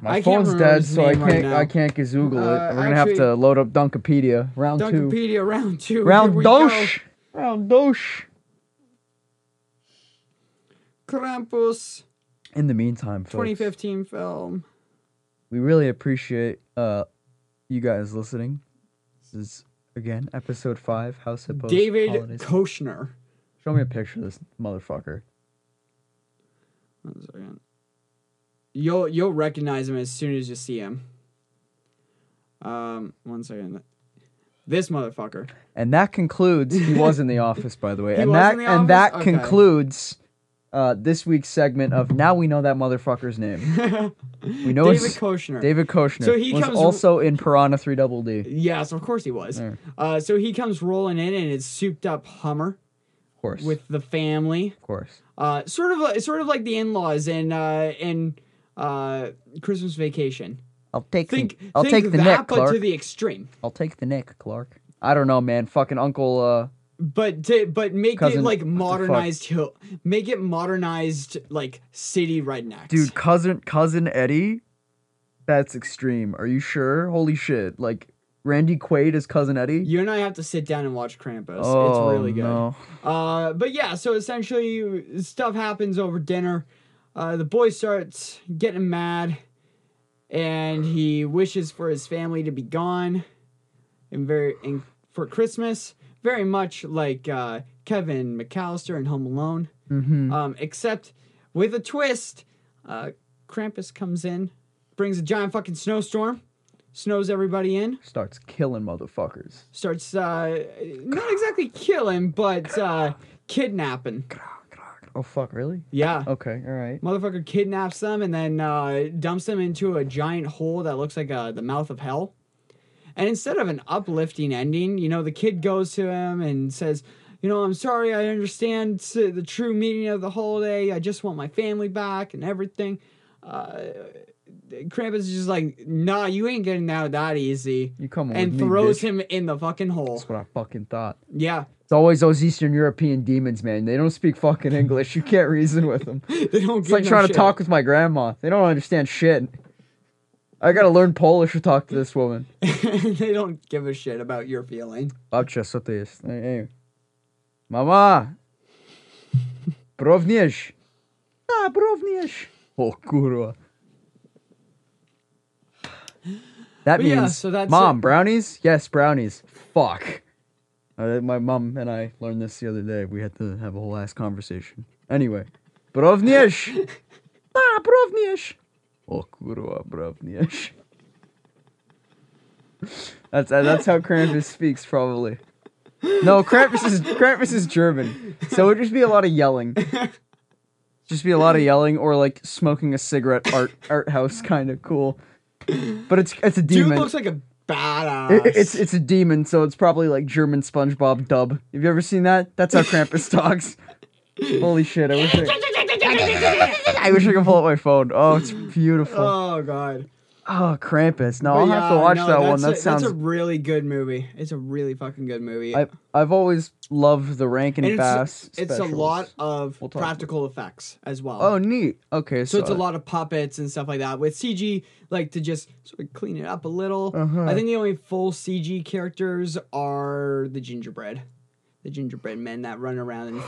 My
I can't
phone's
remember
dead,
his
so I
name right
can't.
now.
I can't gazoogle
Uh,
it. We're gonna have
actually-
to load up Dunkopedia round two.
Dunkopedia round two.
Round
Here we go.
dosh. Round dosh.
Krampus,
In the meantime, folks,
2015 film.
we really appreciate uh you guys listening. This is again episode five. House Hippos.
David
Holidays.
Koshner.
Show me a picture of this motherfucker.
One second. You'll you'll recognize him as soon as you see him. Um, one second. This motherfucker.
And that concludes. He was in the office, by the way.
He
and
was
that
in the
and that
office? Okay.
concludes uh, this week's segment of now we know that motherfucker's name. We know
David
it's
Koshner.
David Koshner.
So he
was
comes-
also in Piranha Three Double D,
Yes, of course he was. Uh, so he comes rolling in in his souped up Hummer
of course.
with the family.
of course.
Uh, sort of li- sort of like the in laws in uh, in uh, Christmas Vacation.
I'll take
Think
the, I'll
think
take the
that,
neck,
but
Clark.
to the extreme.
I'll take the neck, Clark. I don't know, man. Fucking Uncle. Uh,
But to, but make
Cousin-
it like
what the fuck?
modernized hill, make it modernized like city rednecks.
dude, cousin, cousin Eddie. That's extreme. Are you sure? Holy shit! Like Randy Quaid is cousin Eddie.
you and I have to sit down and watch Krampus.
oh
it's really good.
no!
Uh, but yeah, so essentially, stuff happens over dinner. Uh, the boy starts getting mad, and he wishes for his family to be gone, and very and for Christmas, very much like uh, Kevin McAllister in Home Alone, um, except with a twist. Uh, Krampus comes in, brings a giant fucking snowstorm, snows everybody in,
Starts killing motherfuckers.
starts uh, not exactly killing, but uh, kidnapping.
Oh fuck, really?
Yeah.
Okay, all right.
Motherfucker kidnaps them and then uh, dumps them into a giant hole that looks like uh, the mouth of hell. And instead of an uplifting ending, you know, the kid goes to him and says, You know, I'm sorry, I understand s- the true meaning of the holiday. I just want my family back and everything. Uh, Krampus is just like, Nah, you ain't getting out that easy.
You come
and
with me,
throws
bitch.
him in the fucking hole.
That's what I fucking thought.
Yeah.
It's always those Eastern European demons, man. They don't speak fucking English. You can't reason with them.
They don't
It's like trying to talk with my grandma. They don't understand shit. I gotta learn Polish to talk to this woman.
they don't give a shit about your feeling.
Babcia, co to jest? Ej, ej. Mama! Brownieś! A, brownieś! O kurwa. That
But
means
yeah, so that's
mom
it.
brownies. Yes, brownies. Fuck. Uh, my mom and I learned this the other day. We had to have a whole ass conversation. Anyway, brownieś. A, brownieś. O Oh, kurwa, brownieś. That's uh, that's how Krampus speaks, probably. No, Krampus is Krampus is German, so it'd just be a lot of yelling. Just be a lot of yelling, or like smoking a cigarette, art art house kind of cool. But it's it's a
Dude
demon.
looks like a
It-
badass.
it's it's a demon, so it's probably like German SpongeBob dub. Have you ever seen that? That's how Krampus talks. Holy shit! I wish I, I wish I could pull up my phone. Oh, it's beautiful.
oh god.
Oh, Krampus! No,
But
I'll have to
yeah,
watch
no,
that one.
that's a-
That sounds
That's a really good movie. It's a really fucking good movie.
I I've always loved the Rankin
and
and
it's
Bass.
it's a
specials.
lot of
We'll talk about
practical effects as well.
Oh, neat. Okay, so,
so it's a lot of puppets and stuff like that with CG, like to just sort of clean it up a little.
Uh-huh.
I think the only full CG characters are the gingerbread, the gingerbread men that run around and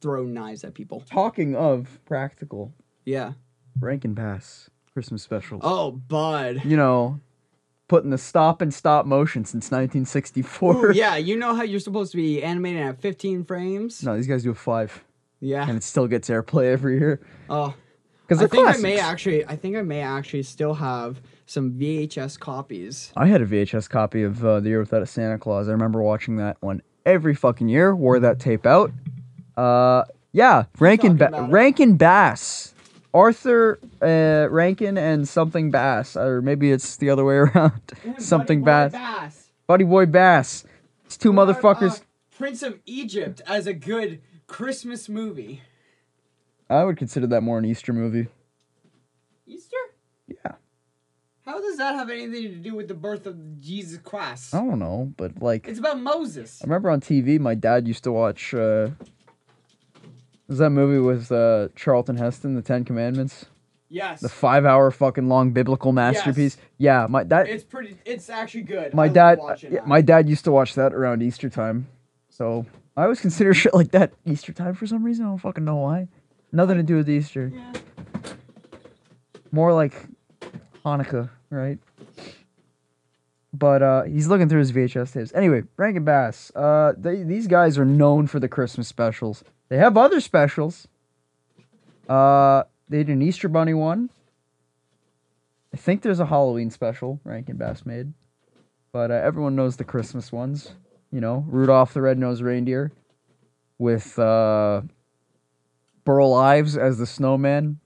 throw knives at people.
Talking of practical
Yeah.
Rankin Bass Christmas specials,
Oh, bud.
you know, putting the stop and stop motion since 1964.
Ooh, yeah, you know how you're supposed to be animated at 15 frames.
No, these guys do a five,
Yeah.
and it still gets airplay every year
Oh,
because
I
they're
think
classics.
I may actually. I think I may actually still have some VHS copies.
I had a VHS copy of uh, The Year Without a Santa Claus. I remember watching that one every fucking year. Wore that tape out. Uh, yeah, Rankin
Talking
ba-
about it.
Rankin Bass, Arthur uh, Rankin and something Bass, or maybe it's the other way around. something Bass, Buddy Boy Bass. It's two motherfuckers.
Uh, Prince of Egypt as a good Christmas movie.
I would consider that more an Easter movie.
Easter?
Yeah,
How does that have anything to do with the birth of Jesus Christ?
I don't know, but like
It's about Moses.
I remember on TV, my dad used to watch. Uh, was that movie with uh, Charlton Heston, The Ten Commandments?
Yes.
the five hour fucking long biblical masterpiece. Yeah, my that
it's pretty. It's actually good. I
my
love
dad uh,
watching uh,
yeah,
that.
my dad used to watch that around Easter time. So I always consider shit like that Easter time for some reason. I don't fucking know why. Nothing to do with Easter. More like Hanukkah, right? But uh, he's looking through his VHS tapes. Anyway, Rankin Bass. Uh, they, these guys are known for the Christmas specials. They have other specials. Uh, they did an Easter Bunny one. I think there's a Halloween special Rankin Bass made, but uh, everyone knows the Christmas ones. You know, Rudolph the Red-Nosed Reindeer, with uh, Burl Ives as the snowman.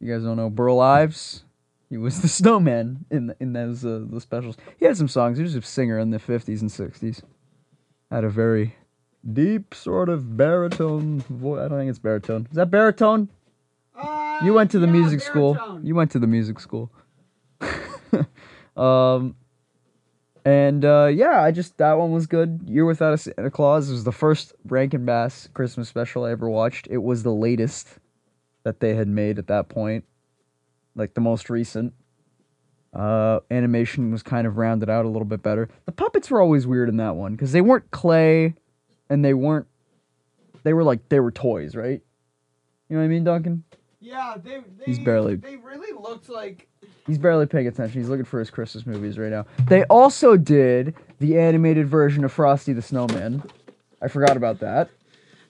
You guys don't know Burl Ives. He was the snowman in in those uh, the specials. He had some songs. He was a singer in the fifties and sixties. Had a very deep sort of baritone voice. I don't think it's baritone. Is that baritone? you went to the
Uh, yeah,
music school.
baritone.
You went to the music school. um, and uh, yeah, I just that one was good. Year without a Santa Claus was the first Rankin Bass Christmas special I ever watched. It was the latest that they had made at that point, like the most recent. Uh, animation was kind of rounded out a little bit better. The puppets were always weird in that one because they weren't clay, and they weren't. They were like they were toys, right? You know what I mean, Duncan?
Yeah, they, they.
He's barely-
They really looked like.
He's barely paying attention. He's looking for his Christmas movies right now. They also did the animated version of Frosty the Snowman. I forgot about that.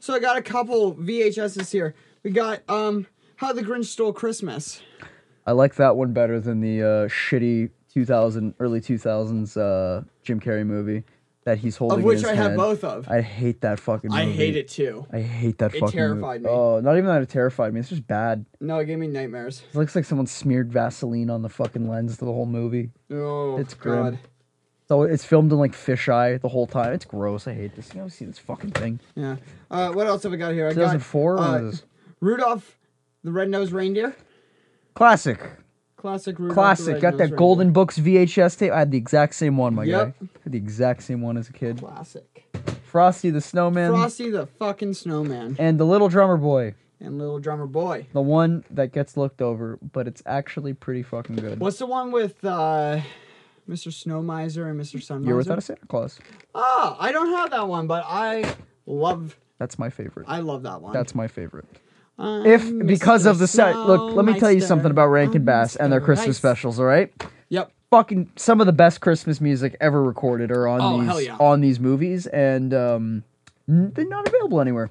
So I got a couple VHSs here. We got um How the Grinch Stole Christmas.
I like that one better than the uh, shitty 2000 early 2000s uh, Jim Carrey movie that he's holding. in
which
his
I have
hand.
both of.
I hate that fucking. movie.
I hate it too.
I hate that
It
fucking. movie.
terrified me.
Oh, not even that it terrified me. It's just bad.
No, it gave me nightmares.
It looks like someone smeared Vaseline on the fucking lens the whole movie.
Oh,
It's grim.
God.
So it's filmed in like fisheye the whole time. It's gross. I hate this. You know, see this fucking thing.
Yeah. Uh, what else have I got here? I got
2004
uh,
was
Rudolph the Red-Nosed Reindeer.
classic.
Classic Rudolph. the
Classic. Got
Red-Nosed
that
Reindeer.
Golden Books VHS tape. I had the exact same one, my
Yep.
guy. I had the exact same one as a kid.
Classic.
Frosty the Snowman
Frosty the fucking Snowman
and the Little Drummer Boy.
and Little Drummer Boy.
The one that gets looked over, but it's actually pretty fucking good.
What's the one with uh, Mr. Snowmiser and Mr. Sunmiser?
You're without a Santa Claus.
Ah, I don't have that one, but I love
That's my favorite.
I love that one.
That's my favorite.
Um,
If because of the set, look, let me tell you
Snowmeister,
something about Rankin Bass and their
Mr.
Christmas
Rice.
specials. All right,
Yep.
fucking some of the best Christmas music ever recorded are on
Oh, hell
these
yeah.
on these movies, and um, n- they're not available anywhere.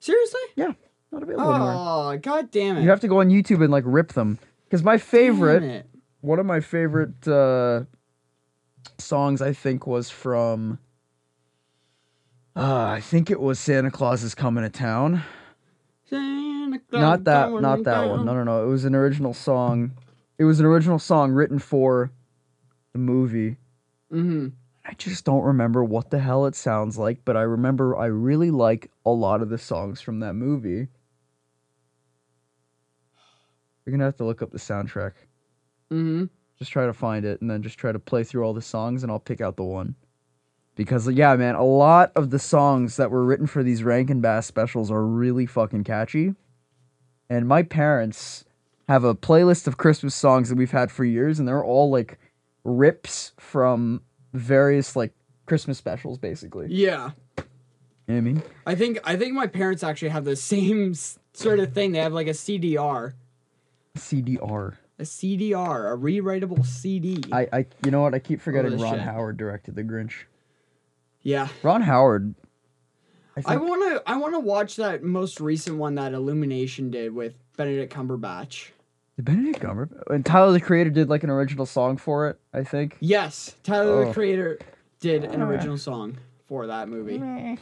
Seriously?
Yeah, not available anywhere.
Oh, god damn it.
You have to go on YouTube and like rip them because my favorite.
Damn it.
one of my favorite uh, songs I think was from uh, I think it was Santa Claus is coming to town.
Santa Claus
Not that
coming
not that one.
down.
No no no. It was an original song. It was an original song written for the movie.
Mhm.
I just don't remember what the hell it sounds like, but I remember I really like a lot of the songs from that movie. You're gonna have to look up the soundtrack.
Mhm.
just try to find it and then just try to play through all the songs and I'll pick out the one. Because yeah, man, a lot of the songs that were written for these Rankin Bass specials are really fucking catchy. And my parents have a playlist of Christmas songs that we've had for years and they're all like rips from various like Christmas specials basically.
Yeah.
You know what I mean?
I think I think my parents actually have the same s- sort of thing. They have like a CDR,
CDR.
a CDR, a rewritable CD.
I, I you know what? I keep forgetting
this
Ron
shit.
Howard directed The Grinch.
yeah.
Ron Howard
I want to I want to watch that most recent one that Illumination did with Benedict Cumberbatch.
Did Benedict Cumberbatch and Tyler the Creator did like an original song for it, I think.
Yes, Tyler
Oh.
the Creator did an original song for that movie.
Eh,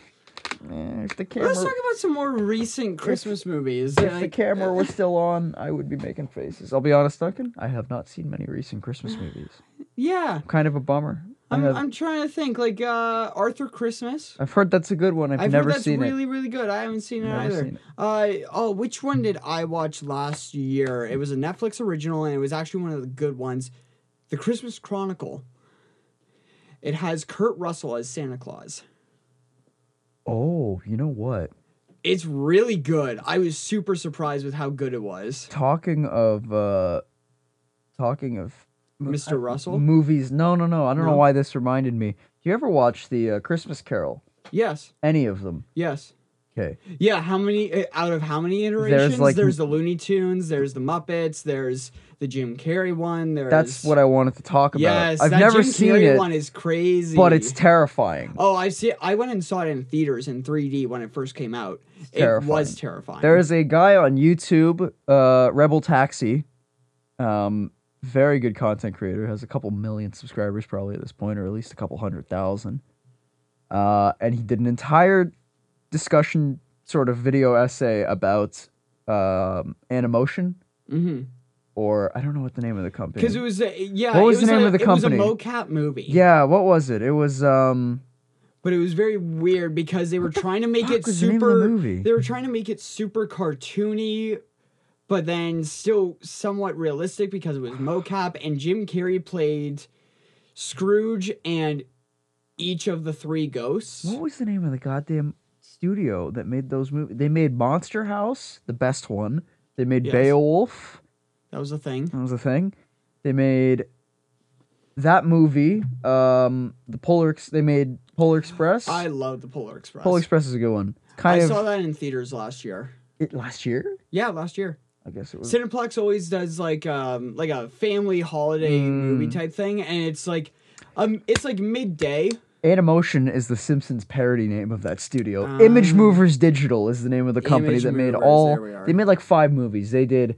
if the
Let's talk
camera,
about some more recent Christmas movies.
if the
like-
camera was still on, I would be making faces. I'll be honest, Duncan. I have not seen many recent Christmas movies.
yeah,
Kind of a bummer. I
I'm,
have,
I'm trying to think. Like uh, Arthur Christmas.
I've heard that's a good one. I've,
I've
never
heard that's
seen
really,
it.
really good. I haven't seen it
Never
either.
seen it.
Uh, oh, which one did I watch last year? It was a Netflix original, and it was actually one of the good ones. The Christmas Chronicle. It has Kurt Russell as Santa Claus.
Oh, you know what?
It's really good. I was super surprised with how good it was.
Talking of, uh talking of uh,
Mr. Russell?
movies. No, no, no. I don't know
No?
why this reminded me. Do you ever watch the uh, Christmas Carol?
Yes.
Any of them?
Yes.
Okay.
Yeah, how many uh, out of how many iterations? There's,
like-
the Looney Tunes, there's the Muppets, there's the Jim Carrey one, there's
That's what I wanted to talk about.
Yes,
I've
that
never
Jim
seen
Carrey
it.
one is crazy.
but it's terrifying.
Oh, I see. I went and saw it in theaters in 3D when it first came out. It
terrifying.
was terrifying.
There is a guy on YouTube, uh, Rebel Taxi, um, very good content creator, has a couple million subscribers probably at this point, or at least a couple hundred thousand. Uh, and he did an entire discussion sort of video essay about um, Animotion, or I don't know what the name of the company.
because Mm-hmm. it was a, yeah.
What
it
was the name
a-
of the company?
It was a mocap movie.
yeah, what was it? It was um,
but it was very weird because they were trying to make
fuck
it
was the name of the
super.
movie?
They were trying to make it super cartoony, but then still somewhat realistic because it was mocap. And Jim Carrey played Scrooge and each of the three ghosts.
what was the name of the goddamn studio that made those movies? They made Monster House, the best one. They made
Yes.
Beowulf.
That was a thing.
That was a thing. They made that movie. Um, the Polar. Ex- they made Polar Express.
I love the Polar Express.
Polar Express is a good one.
I
Kind of
saw that in theaters last year.
it last year.
Yeah, last year.
I guess it was.
Cineplex always does like um like a family holiday
Mm.
movie type thing, and it's like um it's like midday.
Animotion is the Simpsons parody name of that studio. Image Movers Digital is the name of the company
Ah. Image
that made
Movers,
all.
there we are.
They made like five movies. They did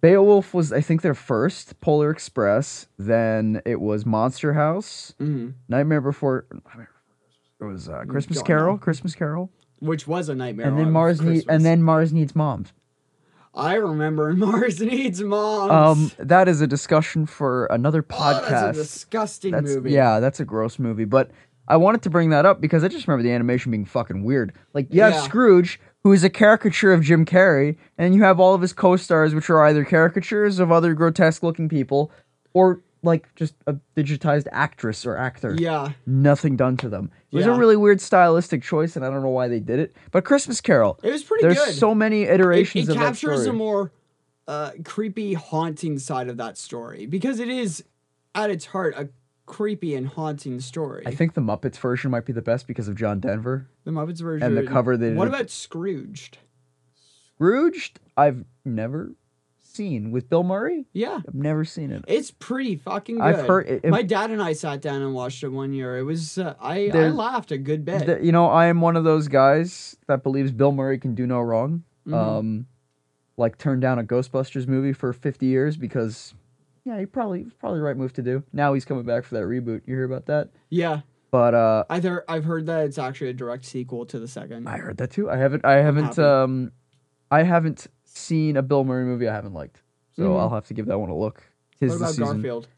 Beowulf was, I think, their first Polar Express. Then it was Monster House, Nightmare Before. Nightmare Before Christmas. It was uh, Christmas
Mm-hmm. Mm, Don't
Carol,
know.
Christmas Carol,
which was a nightmare.
and then
on
Mars need,
Christmas.
and then Mars needs moms.
I remember Mars Needs Moms.
Um, that is a discussion for another
Oh,
podcast.
that's a disgusting
That's-
movie.
yeah, that's a gross movie. But I wanted to bring that up because I just remember the animation being fucking weird. Like you have
Yeah.
Scrooge, who is a caricature of Jim Carrey, and you have all of his co-stars, which are either caricatures of other grotesque-looking people, or like just a digitized actress or actor.
Yeah.
Nothing done to them. It was a
Yeah.
really weird stylistic choice, and I don't know why they did it. But Christmas Carol,
It was pretty
there's
good.
so many
It,
iterations
it
of that
captures
story.
a more uh, creepy, haunting side of that story because it is, at its heart, a creepy and haunting story.
I think the Muppets version might be the best because of John Denver.
the Muppets version
the cover they
What
did-
about Scrooged?
Scrooged, I've never seen with Bill Murray.
Yeah.
I've never seen it.
It's pretty fucking good.
I've heard it- it-
My dad and I sat down and watched it one year. It was uh, I I
There's-
laughed a good bit.
Th- You know, I am one of those guys that believes Bill Murray can do no wrong.
Mm-hmm.
Um, like turned down a Ghostbusters movie for 50 years because, yeah, he probably it was probably the right move to do. Now he's coming back for that reboot. You hear about that?
yeah.
But uh,
I've heard, I've heard that it's actually a direct sequel to the second.
I heard that too. I haven't. I haven't.
happy.
Um, I haven't seen a Bill Murray movie I haven't liked. So I'll have to give that one a look. Tis
Mm-hmm. what
the
about
season.
Garfield?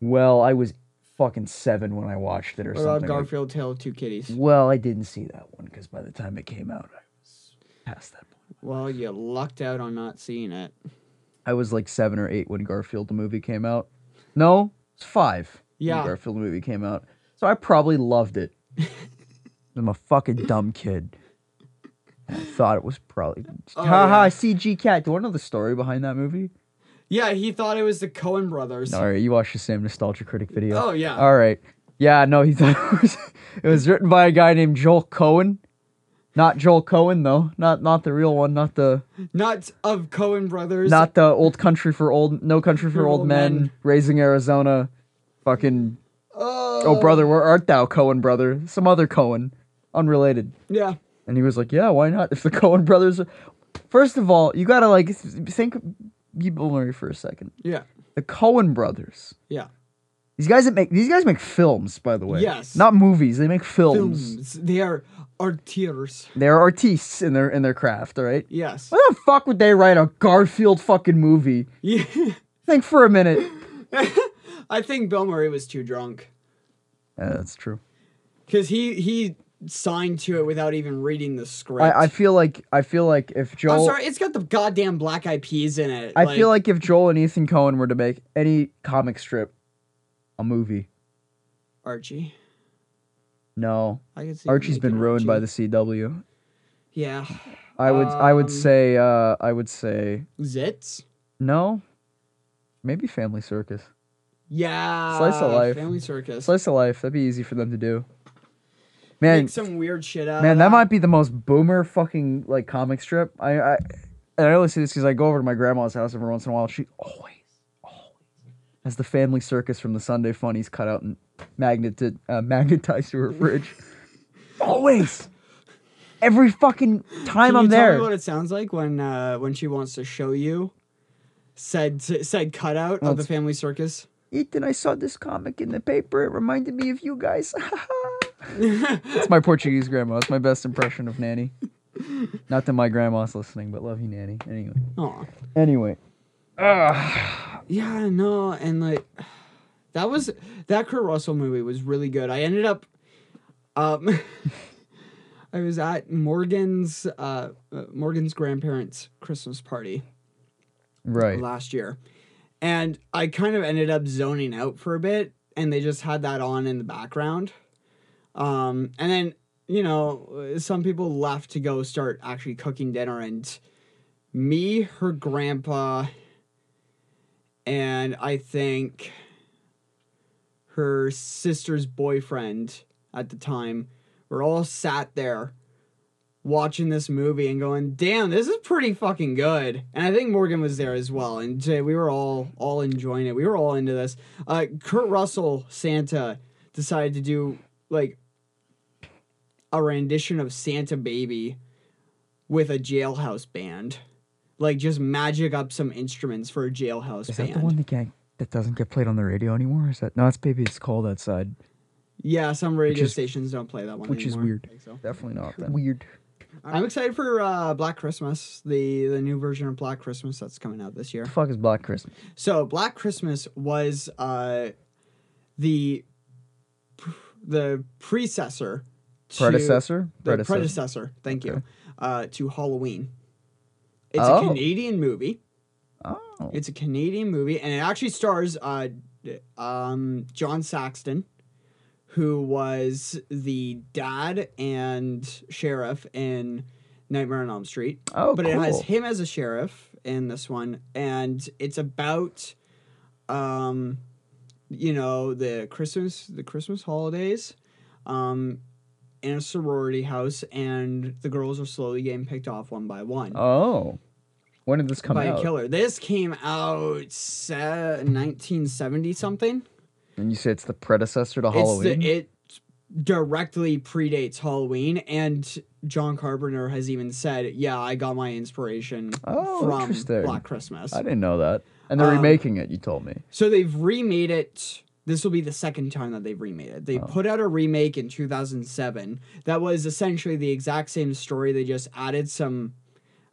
Well, I was fucking seven when I watched it or
What about
something.
Garfield Tale of Two Kitties?
Well, I didn't see that one because by the time it came out, I was past that point.
Well, you lucked out on not seeing it.
I was like seven or eight when Garfield the movie came out. No, it's five.
Yeah.
when Garfield the movie came out. So I probably loved it. I'm a fucking dumb kid. I thought it was probably.
Oh,
Haha, CG Cat. Do you want to know the story behind that movie?
Yeah, he thought it was the Cohen brothers.
All right, you watched the same Nostalgia Critic video.
Oh, yeah.
All right. Yeah, no, he thought it was, it was written by a guy named Joel Cohen. Not Joel Cohen though. Not not the real one. Not the
Not of Cohen brothers.
not the old country for old no country for
For
old
Old
men,
Men.
raising Arizona, fucking. Oh brother, where art thou, Cohen brother? Some other Cohen, unrelated.
Yeah.
And he was like, yeah, why not? If the Cohen brothers, are... first of all, you gotta like th- think be Bill Murray for a second.
Yeah.
The Cohen brothers.
Yeah.
These guys that make these guys make films, by the way.
Yes.
Not movies. They make films.
Films. They are artiers.
They're artists in their in their craft. All right.
Yes.
Why the fuck would they write a Garfield fucking movie?
Yeah.
Think for a minute.
I think Bill Murray was too drunk
Yeah, that's true.
because he he signed to it without even reading the script.
I, I feel like I feel like if Joel,
am sorry. It's got the goddamn black eyed peas in it.
I feel like if Joel and Ethan Cohen were to make any comic strip, a movie,
Archie.
no,
I could see him
Archie's been
making
ruined by
Archie.
the CW.
Yeah.
I would I
Um,
would say uh, I would say
Zits.
no, maybe Family Circus,
Yeah.
Slice of life.
Family circus.
Slice of Life. That'd be easy for them to do.
Make
Man,
some weird shit out.
Man,
of
that might be the most boomer fucking like comic strip. I, I and I only say this because I go over to my grandma's house every once in a while. She always, always has the family circus from the Sunday Funnies cut out and magneted, uh, magnetized to her fridge. always, every fucking time
Can
I'm
you
there.
Tell me what it sounds like when uh, when she wants to show you said said cutout of the family circus.
Ethan, I saw this comic in the paper. It reminded me of you guys. That's my Portuguese grandma. It's my best impression of Nanny. Not that my grandma's listening, but love you, Nanny. Anyway.
Aw.
Anyway.
Yeah, no, and like that was that Kurt Russell movie was really good. I ended up um I was at Morgan's uh uh, Morgan's grandparents Christmas party
Right.
last year. And I kind of ended up zoning out for a bit and they just had that on in the background. Um and then, you know, uh, some people left to go start actually cooking dinner and me, her grandpa, and I think her sister's boyfriend at the time were all sat there watching this movie and going, "Damn, this is pretty fucking good." And I think Morgan was there as well, and uh, we were all all enjoying it. We were all into this. Uh, Kurt Russell Santa decided to do like a rendition of Santa Baby with a jailhouse band, like just magic up some instruments for a jailhouse
Is
band.
that the one that, get, that doesn't get played on the radio anymore? Is that no? It's baby. It's cold outside.
Yeah, some radio
is-
stations don't play that one,
which is
anymore, I
weird.
think so.
Definitely not. Then. Weird.
I'm excited for uh, Black Christmas, the the new version of Black Christmas that's coming out this year.
The fuck is Black Christmas?
So Black Christmas was uh, the the precessor, to-
Predecessor?
the
Predecessor.
predecessor. Thank you. Uh, to Halloween. It's a
Oh.
Canadian movie.
Oh,
It's a Canadian movie, and it actually stars uh, d- um, John Saxton, who was the dad and sheriff in Nightmare on Elm Street.
Oh,
but it has
cool.
him as a sheriff in this one, and it's about, um, you know, the Christmas the Christmas holidays, um, in a sorority house, and the girls are slowly getting picked off one by one
oh. When did this come
by
out?
a killer. This came out se- 1970 something.
And you say it's the predecessor to
It's
Halloween.
the, it directly predates Halloween, and John Carpenter has even said, "Yeah, I got my inspiration
Oh,
from
interesting.
Black Christmas."
I didn't know that. And
Um,
they're remaking it. You told me.
So they've remade it. This will be the second time that they've remade it. They put out a remake in 2007 that was essentially the exact same story. They just added some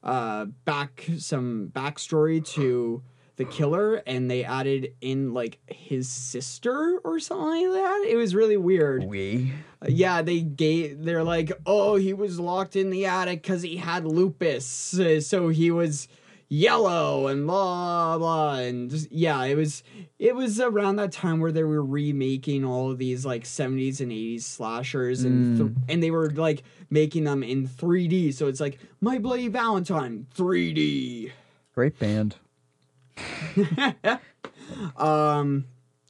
uh, back some backstory to the killer, and they added in like his sister or something like that. It was really weird.
We.
Yeah, they gave. They're like, oh, he was locked in the attic because he had lupus, uh, so he was yellow and blah blah, and just, yeah, it was. It was around that time where they were remaking all of these like '70s and '80s slashers, and th- and they were like making them in 3D. So it's like My Bloody Valentine 3D.
Great band.
Um,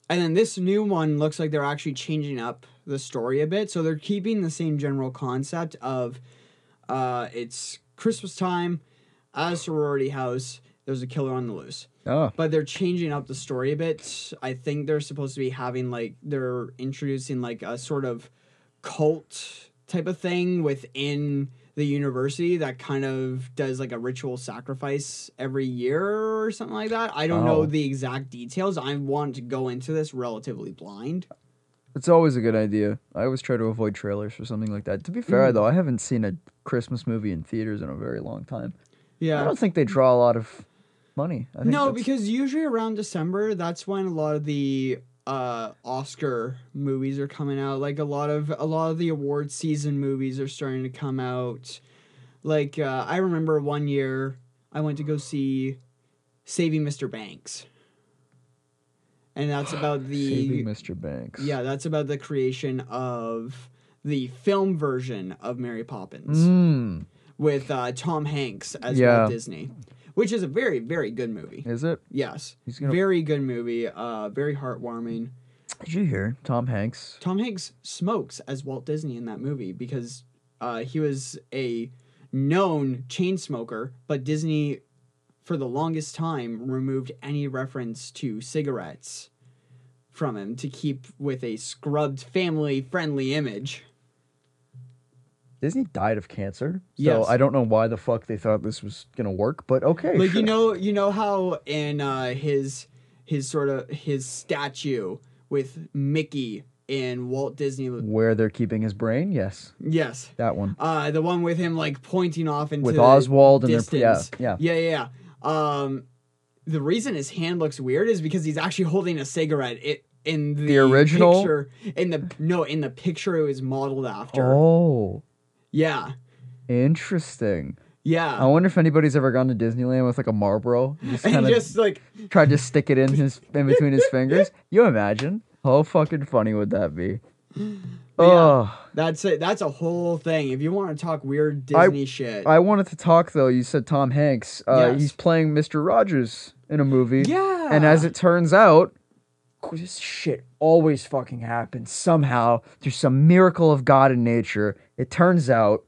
and then this new one looks like they're actually changing up the story a bit. So they're keeping the same general concept of uh, it's Christmas time at a sorority house. There's a killer on the loose.
Oh.
But they're changing up the story a bit. I think they're supposed to be having like they're introducing like a sort of cult type of thing within the university that kind of does like a ritual sacrifice every year or something like that. I don't
Oh.
know the exact details. I want to go into this relatively blind.
It's always a good idea. I always try to avoid trailers for something like that. To be
Mm.
fair, though, I haven't seen a Christmas movie in theaters in a very long time. I
Yeah.
don't think they draw a lot of money. I think
No,
that's-
because usually around December, that's when a lot of the uh Oscar movies are coming out. Like a lot of a lot of the award season movies are starting to come out. Like uh, I remember one year I went to go see Saving Mr. Banks. And that's about
Saving
the
Mr. Banks.
yeah, that's about the creation of the film version of Mary Poppins
Mm.
with uh, Tom Hanks as
Yeah.
Walt Disney, which is a very very good movie.
Is it?
Yes.
He's gonna-
Very good movie. Uh, very heartwarming.
Did you hear Tom Hanks?
Tom Hanks smokes as Walt Disney in that movie because uh, he was a known chain smoker, but Disney, for the longest time, removed any reference to cigarettes from him to keep with a scrubbed family friendly image.
Disney died of cancer. So
Yes.
I don't know why the fuck they thought this was gonna work, but okay.
like
sure.
you know you know how in uh his his sort of his statue with mickey in walt disney
where they're keeping his brain? Yes.
yes
That one.
uh the one with him like pointing off into
With
the
Oswald and their- yeah,
distance.
yeah.
yeah yeah yeah um the reason his hand looks weird is because he's actually holding a cigarette it in the,
original?
picture, in the no in the picture it was modeled after
Oh.
yeah
Interesting. I
yeah
wonder if anybody's ever gone to Disneyland with like a Marlboro. Just
and
kinda
just like
tried to stick it in his in between his fingers. You imagine how fucking funny would that be? Oh,
that's it that's a whole thing if you want to talk weird disney shit
I wanted to talk though. You said Tom Hanks. Uh,
Yes.
He's playing Mr. Rogers in a movie.
Yeah.
And as it turns out,
This shit.
always fucking happens somehow through some miracle of God and nature. It turns out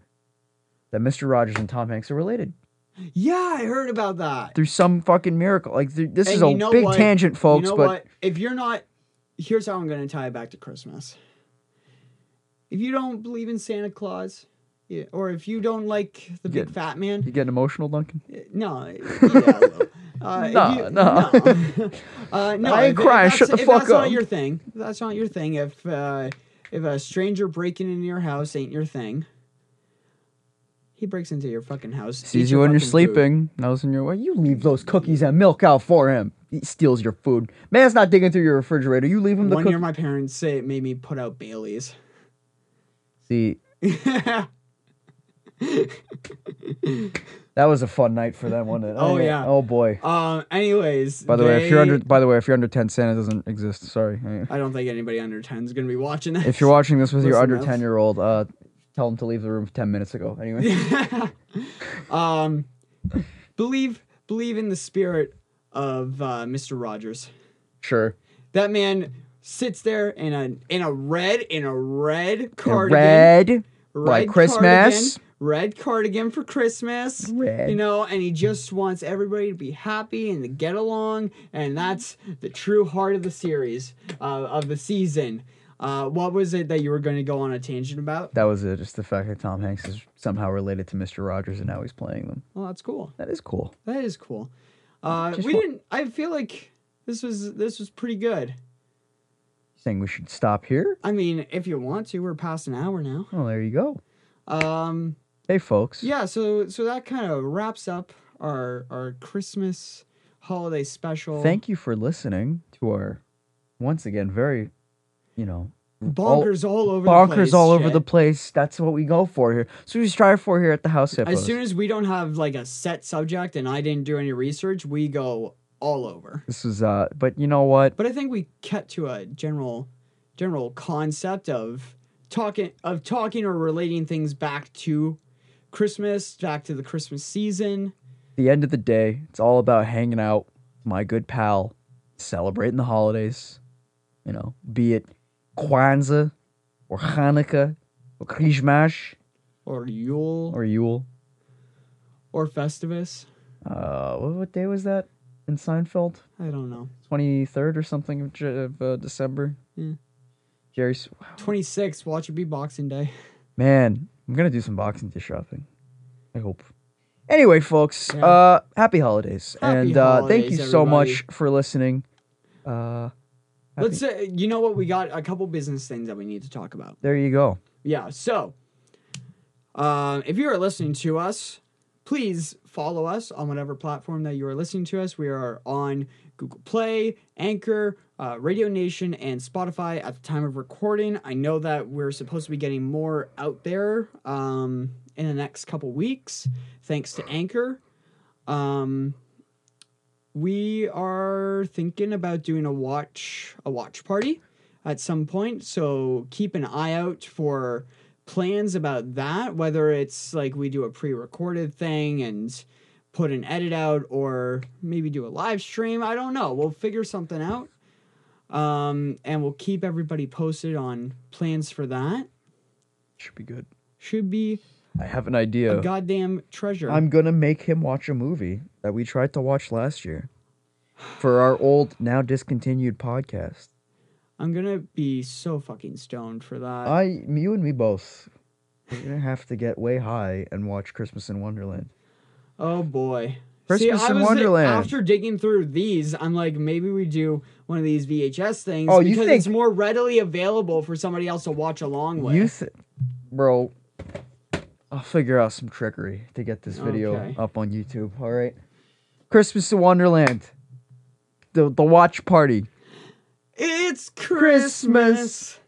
that Mr. Rogers and Tom Hanks are related
Yeah, I heard about that.
through some fucking miracle. Like th- this
And
is a
you know
big
what?
tangent, folks.
You know
but
what? If you're not, here's how I'm going to tie it back to Christmas. If you don't believe in Santa Claus, Yeah, or if you don't like the big
Good.
fat man, eh,
You getting emotional, Duncan?
no, yeah, uh, if
Nah, nah.
you- no. uh, no.
I ain't
if-
crying,
if that's-
shut the
if
fuck
that's not
up.
your thing. if That's not your thing. If uh, if a stranger breaking into your house ain't your thing, he breaks into your fucking house. eats
Sees you when you're
fucking food.
sleeping, knows when you're awake. You leave those cookies and milk out for him. He steals your food. Man's not digging through your refrigerator. You leave him the
One year,
cookies.
my parents say it made me put out Bailey's.
See, that was a fun night for them, wasn't it?
Oh, yeah.
Oh boy.
Um. Anyways,
By the way, if you're
they-
under, by the way, if you're under ten, Santa doesn't exist. Sorry.
I don't think anybody under ten is gonna be watching this.
If you're watching this with your
Listen,
under
that's-
ten year old, uh, tell him to leave the room ten minutes ago. Anyway.
um, believe believe in the spirit of uh, Mister Rogers.
Sure.
That man sits there in a in a red in a red cardigan,
Red.
red
like Christmas.
cardigan, red cardigan for Christmas.
Red.
you know, and he just wants everybody to be happy and to get along, and that's the true heart of the series uh, of the season. Uh, what was it that you were going to go on a tangent about?
That was it. Just the fact that Tom Hanks is somehow related to Mr. Rogers and now he's playing them.
Well, that's cool.
That is cool.
That is cool. Uh,
Just
we
wa-
didn't. I feel like this was this was pretty good.
Saying we should stop here.
I mean, if you want to, we're past an hour now.
Well, there you go.
Um,
Hey, folks.
yeah. So so that kind of wraps up our our Christmas holiday special.
Thank you for listening to our, once again, very, you know,
bonkers all, over
bonkers
the place.
all over the
shit.
place. That's what we go for here. So we strive for here at the House Hippos.
As soon as we don't have like a set subject and I didn't do any research, we go all over.
this is, uh, but you know what?
But I think we kept to a general general concept of talking of talking or relating things back to Christmas, back to the Christmas season.
the end of the day, it's all about hanging out with my good pal, celebrating the holidays, you know, be it Kwanzaa or Hanukkah or Krishmash
or Yule
or Yule.
or Festivus.
Uh, what, what day was that in Seinfeld?
I don't know.
23rd or something of, J- of uh, December?
Yeah.
Jerry's.
26, watch it be Boxing Day.
Man, I'm going to do some Boxing Day shopping. I hope. Anyway, folks,
Yeah.
uh, happy holidays.
Happy
and uh, thank you
holidays,
so
everybody.
much for listening. Uh,
Let's say, you know what? We got a couple business things that we need to talk about.
there you go.
Yeah, so um, if you are listening to us, please follow us on whatever platform that you are listening to us. We are on Google Play, Anchor, uh, Radio Nation, and Spotify at the time of recording. I know that we're supposed to be getting more out there um, in the next couple weeks, thanks to Anchor. Um, we are thinking about doing a watch a watch party at some point so keep an eye out for plans about that whether it's like we do a pre-recorded thing and put an edit out or maybe do a live stream i don't know we'll figure something out um, and we'll keep everybody posted on plans for that
Should be good.
should be
I have an idea.
a goddamn treasure
I'm gonna make him watch a movie that we tried to watch last year for our old, now discontinued podcast.
I'm gonna be so fucking stoned for that
I, you and me both. We're gonna have to get way high and watch Christmas in Wonderland.
Oh boy.
Christmas
See, I
in
was
Wonderland.
after digging through these, I'm like, maybe we do one of these VHS things
Oh, you
because
think-
it's more readily available for somebody else to watch along with.
You, th- bro. I'll figure out some trickery to get this video
Okay.
up on YouTube. All right, Christmas in Wonderland. The the watch party
it's
Christmas
Christmas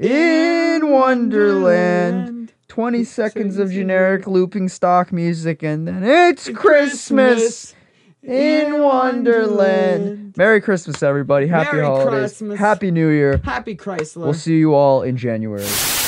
in Wonderland. 20 seconds of
seconds of
generic looping stock music and then it's Christmas in Wonderland. Merry Christmas everybody. Happy
Merry
holidays.
Christmas.
Happy New Year.
Happy Chrysler.
We'll see you all in January.